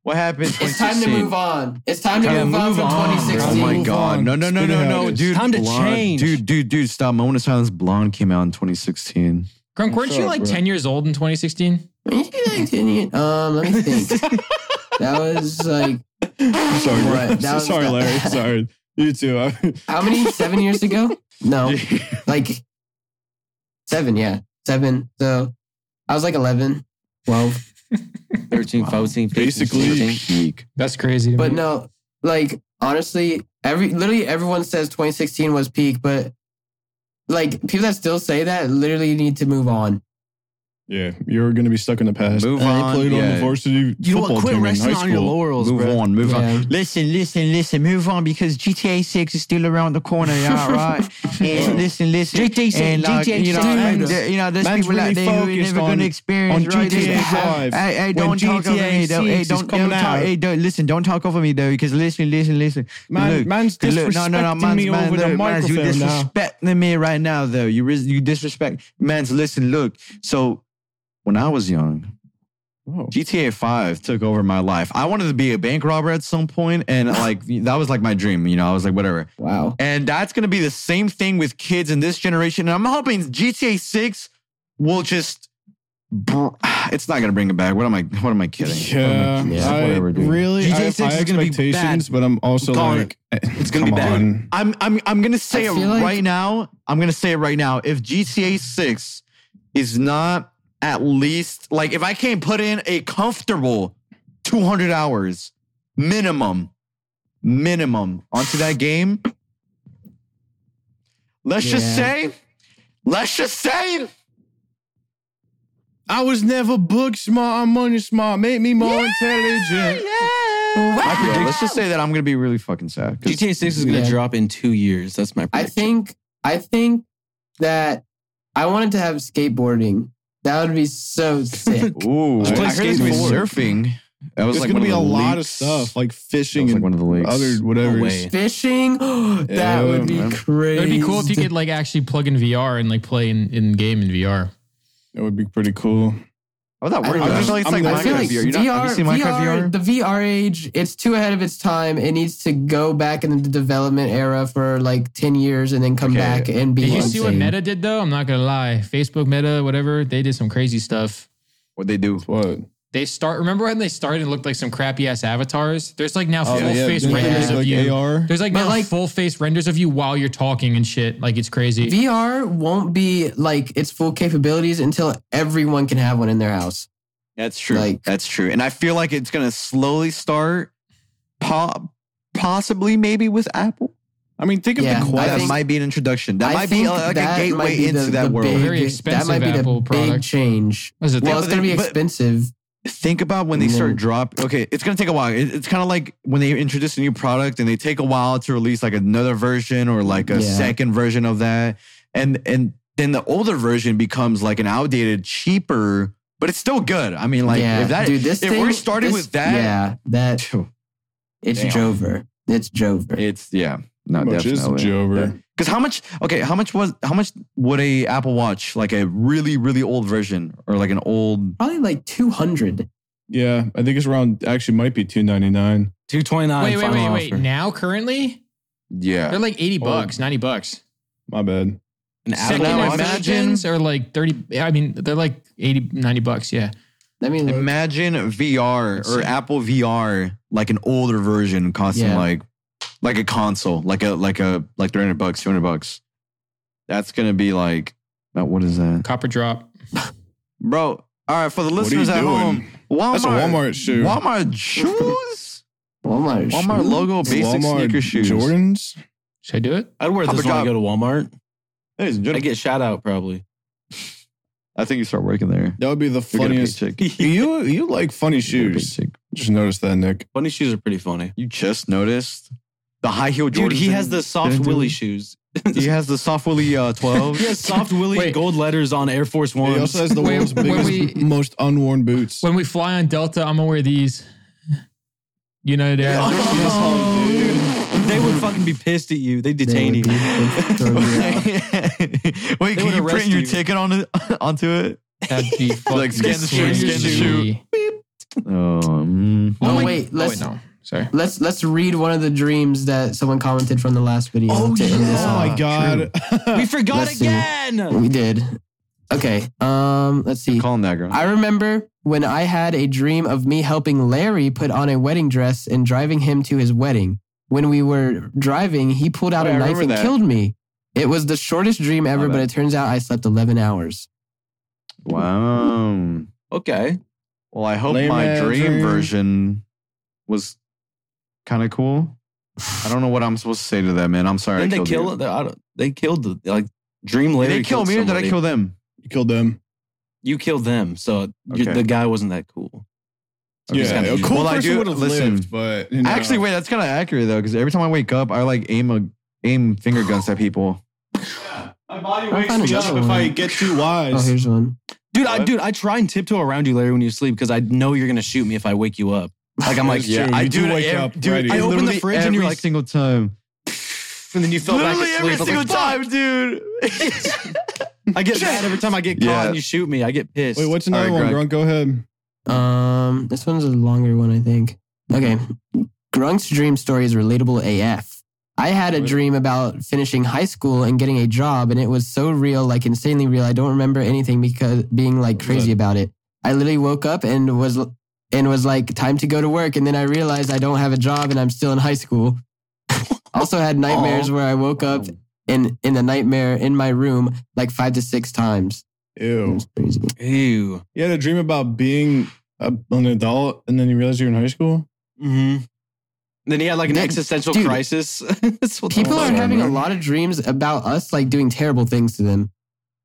what happened? It's time to 2016? move on. It's time to Yeah, move on move from on, bro. Oh 2016. my Move god! on. No, no, no, Spit it no, out, no, guys. dude! Time to Blonde- change. dude, dude, dude! Stop! Moment of silence. Blonde came out in 2016. Grunk, weren't What's you up, like bro? 10 years old in 2016? um, let me (laughs) think. that was like I'm sorry, bro. (laughs) What? That was- (laughs) sorry, Larry. sorry. You too. (laughs) I- how many? Seven years ago? (laughs) No, like seven. Yeah, seven. So I was like 11, 12. 13, 14, 15, Basically- 16. Peak. That's crazy. to But me. no, like honestly, every literally everyone says 2016 was peak, but like people that still say that literally need to move on. yeah, you're gonna be stuck in the past. Move And on, I played on yeah. the varsity You know football what? Quit team in resting high on your school. laurels, Move bro. on, move Yeah. on. Listen, listen, listen, move on because GTA 6 is still around the corner, (laughs) y'all, right? and listen, listen. GTA 6, and, like, GTA you know, 6, and, dude. there- you know, there's Man's people out really there who ain't focused never on- gonna experience on right GTA there. five. Hey, hey, don't When talk over GTA me, though. Hey, 6 is don't, coming don't talk. out. Hey, don't, listen, don't talk over me, though, because listen, listen, listen. Man, Look, man's disrespecting Look, no, no, no, man's, me man, over the look, man's, microphone you now. disrespecting me right now, though. You ris- you disrespect, man's. Listen, look. So when I was young, Oh. GTA Five took over my life. I wanted to be a bank robber at some point, and like (laughs) that was like my dream. You know, I was like whatever. Wow. And that's gonna be the same thing with kids in this generation. And I'm hoping GTA Six will just. Br- (sighs) it's not gonna bring it back. What am I? What am I kidding? Yeah, Yeah, I whatever, dude. really GTA I have 6 is high gonna be bad. expectations, but I'm also I'm calling like, eh, It's gonna be come bad. on. I'm I'm I'm gonna say I it feel like- right now. I'm gonna say it right now. If GTA 6 is not at least like if I can't put in a comfortable 200 hours minimum minimum onto that game, let's just say, let's just say, I was never book smart. I'm money smart. Make me more intelligent. I predict- let's just say that I'm gonna be really fucking sad. 'cause GTA 6 is going to Yeah. drop in two years. That's my I prediction. think I think that I wanted to have skateboarding. That would be (laughs) so sick. Ooh, Just play I heard there's gonna be skateboard. surfing. That was There's like gonna one be of a the lot of leaks. stuff like That fishing was like one and of the leaks. other whatever. way. Fishing, (gasps) that Yeah, would be man. crazy. It'd be cool if you could like actually plug in VR and like play in, in game in VR. That would be pretty cool. Oh, that I worked. don't know. I feel like it's I'm like I gonna- feel Minecraft like VR. You're not, have you VR, seen Minecraft VR? VR, the VR age, it's too ahead of its time. It needs to go back in the development era for like ten years and then come Okay. back and be. Did you see what insane. Meta did though? I'm not gonna lie. Facebook Meta, whatever, they did some crazy stuff. What they do? What? They start. Remember when they started? It looked like some crappy ass avatars. There's like now Oh, full face didn't they renders make, of like you. AR. There's like But, now like- full face renders of you while you're talking and shit. Like it's crazy. VR won't be like its full capabilities until everyone can have one in their house. That's true. Like- That's true. And I feel like it's gonna slowly start, po- possibly maybe with Apple. I mean, think of Yeah, the I that quest. think- might be an introduction. That I might be think a, like that a might gateway be into the- that the world. big- Very that expensive might be the Apple big product. change. What is it? Well, but it's gonna they- be but- expensive. Think about when they Mm. start drop. Okay, it's gonna take a while. It- it's kind of like when they introduce a new product and they take a while to release like another version or like a Yeah. second version of that, and and then the older version becomes like an outdated, cheaper, but it's still good. I mean, like yeah, if that dude, this if thing, we're starting this- with that, yeah, that (laughs) phew, it's Damn. Jover. It's Jover. it's yeah. No, Much is definitely. Jover. Because how much? Okay, how much was how much would a Apple Watch, like a really really old version, or like an old? Probably like 200. Yeah, I think it's around. Actually, might be two ninety nine. Two twenty nine. wait, wait, wait, wait. Now, currently, Yeah. they're like eighty Oh. bucks, ninety bucks. My bad. An Second Apple now Watch. I'm at- imagine are like thirty. I mean, they're like 80, 90 bucks. Yeah. I mean, like, Imagine VR or Apple VR, like an older version, costing Yeah. like like a console, like a like a like three hundred bucks, two hundred bucks. That's gonna be like, about what is that, Copper drop. bro? All right, for the What are you listeners at doing? home, Walmart, That's a (laughs) Walmart shoe. Walmart shoes, Walmart. Walmart logo, basic Walmart sneaker shoes. Jordans. Should I do it? I'd wear this Papa when I Job. go to Walmart. Ladies I and gentlemen, get shout out probably. I think you start working there. That would be the You're gonna be a funniest. chick. You you like funny You're gonna be a shoes? chick. Just noticed that, Nick. Funny shoes are pretty funny. You just noticed the high heel Jordans. Dude, he has the didn't- soft didn't do willy it? shoes. He has the soft (laughs) willy uh, twelve. He has soft willy Wait. and gold letters on Air Force He Ones. also has the Wait, world's when biggest, we- most unworn boots. When we fly on Delta, I'm gonna wear these. United (laughs) Airlines. Oh, dude. (laughs) They would fucking be pissed at you. They detain They you. would (laughs) be- throw me out. Wait, would can you arrest print your you. ticket on it, (laughs) onto it? That'd be fucking Like, scan the shoe, crazy. scan the shoe. Um, Oh, my- wait, oh, let's- wait, no. Sorry. Let's let's read one of the dreams that someone commented from the last video. to end this oh off. my god! We forgot Let's see. again. We did. Okay. Um. Let's see. Call him that girl. I remember when I had a dream of me helping Larry put on a wedding dress and driving him to his wedding. When we were driving, he pulled out Oh, a yeah, I knife remember and that. killed me. It was the shortest dream ever, Not but bad. it turns out I slept 11 hours. wow. Okay. Well, I hope Lame my ass dream, dream. version was kind of cool. I don't know what I'm supposed to say to that, man. I'm sorry. I Didn't they killed kill? you. They, I don't, they killed the like Dream Larry. Did they kill killed me or did I somebody. kill them? you killed them. You killed them, so you're- Okay. the guy wasn't that cool. Yeah, kinda a cool Well, I person do- would have listen. lived, but you know. Actually, wait, that's kind of accurate though, because every time I wake up, I like aim a aim finger guns at people. My body wakes find me another up if one. I get too Oh, Uh-huh. wise. here's one. Dude, I, What? dude, I try and tiptoe around you, Larry, when you sleep because I know you're gonna shoot me if I wake you up. Like (laughs) I'm like, That's true. yeah, You I, do it wake ev- up dude, ready. I You open the literally fridge and every you're like single time, and then you fell back literally asleep. every I was single like, time, dude. "Fuck." I get mad every time I get caught Yeah. and you shoot me. I get pissed. Wait, what's another All right, one, Greg. Grunt? Go ahead. Um, this one's a longer one, I think. Okay. Grunk's dream story is relatable AF. I had a dream about finishing high school and getting a job, and it was so real, like insanely real. I don't remember anything because being like was crazy that? about it. I literally woke up and was and was like, time to go to work, and then I realized I don't have a job and I'm still in high school. (laughs) also had nightmares where I woke up in in the nightmare in my room like five to six times. It Ew. was crazy. Ew. You had a dream about being a, an adult, and then you realized you were in high school. Mm-hmm. Then he had like an Dude, existential dude. crisis. (laughs) That's what the People fuck. are having a man. lot of dreams about us like doing terrible things to them.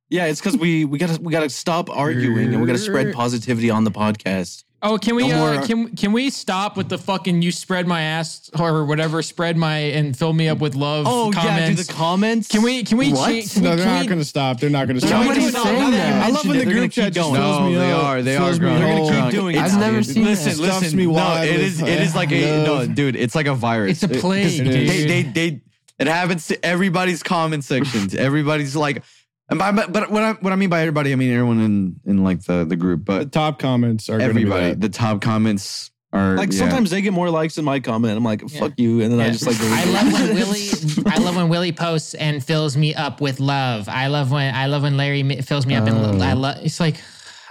Yeah, it's because we we gotta we gotta stop arguing and we gotta spread positivity on the podcast. Oh, can we No uh, more- can can we stop with the fucking you spread my ass or whatever spread my and fill me up with love comments? Oh, do the comments. can we can we What? change? No, they're not Can going we, to stop. They're not going to They're stop. not gonna Nobody's stop. saying Now that. you I I love mentioned when it, they're the gonna group chat keep just going. No, fills me they up. are. They fills are me growing. They're up. gonna keep drunk. doing it. I've now, never dude. seen Listen, that. listen. Stuffs me no, wide it with is. It is like a no, love. dude. It's like a virus. It's a It- 'cause plague, They, they, dude. they, It happens to everybody's comment sections. Everybody's like, and by, but but what I what I mean by everybody, I mean everyone in in like the the group, The but top comments are gonna be everybody. that. The top comments are Like yeah. sometimes they get more likes than my comment. I'm like, Yeah. fuck you, and then I Yeah. just like. delete I it. love when Willie. I love when Willie posts and fills me up with love. I love when I love when Larry mi- fills me up and Oh. I love. It's like,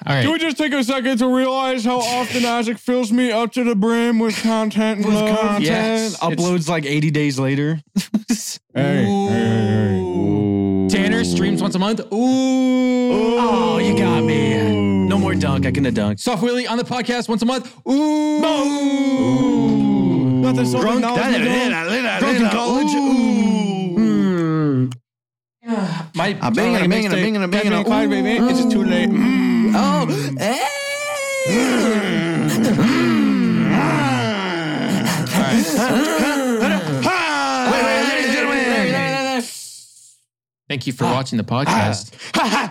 all right. Can we just take a second to realize how often Isaac fills me up to the brim with content? With content Yes. uploads like 80 days later. Hey, hey, hey. Ooh. Tanner streams once a month. Ooh. Oh, you got me. No more dunk. I couldn't dunk. Soft Willie on the podcast once a month. Ooh. Nothing so Drunk, Drunk in college? Mm. My I'm banging, I'm banging, I'm banging, I'm banging, I'm banging. It's just too late. Mm. Oh, Ah, wait, wait, ladies and gentlemen. Thank you for watching the podcast. Ah.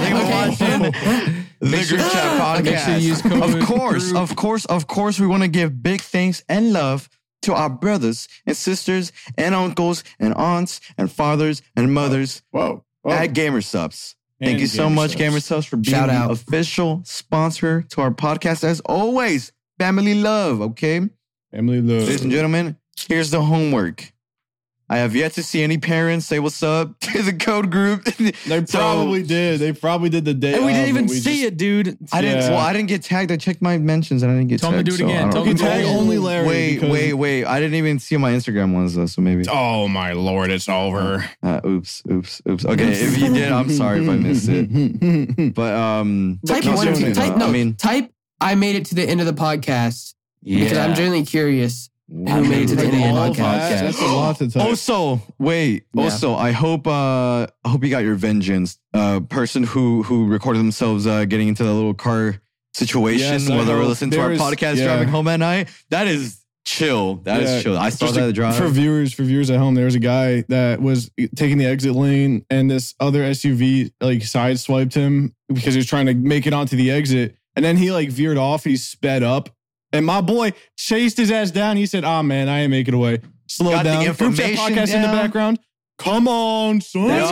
Thank you for (laughs) watching the group chat podcast. Make sure you use code Of course, group. of course, of course, we want to give big thanks and love to our brothers and sisters and uncles and aunts and fathers and mothers Whoa. at Gamer Subs. Thank you so much, Gamer Subs, for being Shout the out. official sponsor to our podcast. As always, family love, okay? Emily Love. Ladies and gentlemen, here's the homework. I have yet to see any parents say what's up (laughs) to the code group. (laughs) They So- probably did. They probably did the day. And we of, didn't even and see just- it, dude. I didn't. Yeah. Well, I didn't get tagged. I checked my mentions and I didn't get Tell him to tagged. do it again. I Tell don't- him to do it Tag again. only Larry. Wait, because- wait, wait. I didn't even see my Instagram ones though, so maybe. Oh my lord, it's over. Uh, oops, oops, oops. Okay, if you did, I'm sorry if I missed (laughs) it. it. But um, Type keep one. doing it. Type no. I mean, type. I made it to the end of the podcast because I'm genuinely curious. I Who made it to the mean, end of the all podcast? that, that's a lot to type. Also, wait. Yeah. Also, I hope uh I hope you got your vengeance. Uh person who who recorded themselves uh getting into the little car situation Yes, I while they were hope. listening to There our is- podcast yeah. driving home at night. That is chill. That is Yeah, chill. I saw Just that at to- the drive. For viewers, for viewers at home, there was a guy that was taking the exit lane, and this other SUV like sideswiped him because he was trying to make it onto the exit, and then he like veered off. He sped up, and my boy chased his ass down. He said, "Ah man, I ain't making it away. Slow Got the down." Group chat information podcast in the down. background. Come on, son. That's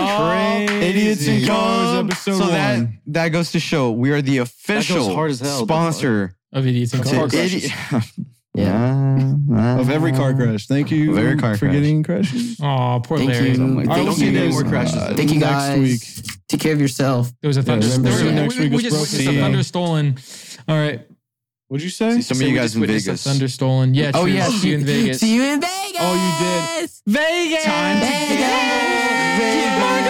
crazy. Idiots and Cars, Yum. episode so that one. that goes to show we are the official hard as hell. sponsor (laughs) of idiots and to cars. idi- Yeah. (laughs) Yeah. of every car crash. Thank you Uh-huh. Of every car for crash. getting crashes. Oh, poor Thank Larry. you. Oh my God. Thank Alright, we'll see you you. guys, more crashes. uh, Thank you next guys. week. Take care of yourself. There was a thunder. Yeah, there was a- remember next we, week we is just broken. witnessed a See ya. thunder stolen. All right. What'd you say? Some So of we you just guys in witnessed a Vegas. Thunder stolen. Yeah. Oh, true. yeah, See you in Vegas. See you in Vegas. Oh, you did. Vegas. Time to Oh, Vegas. gamble.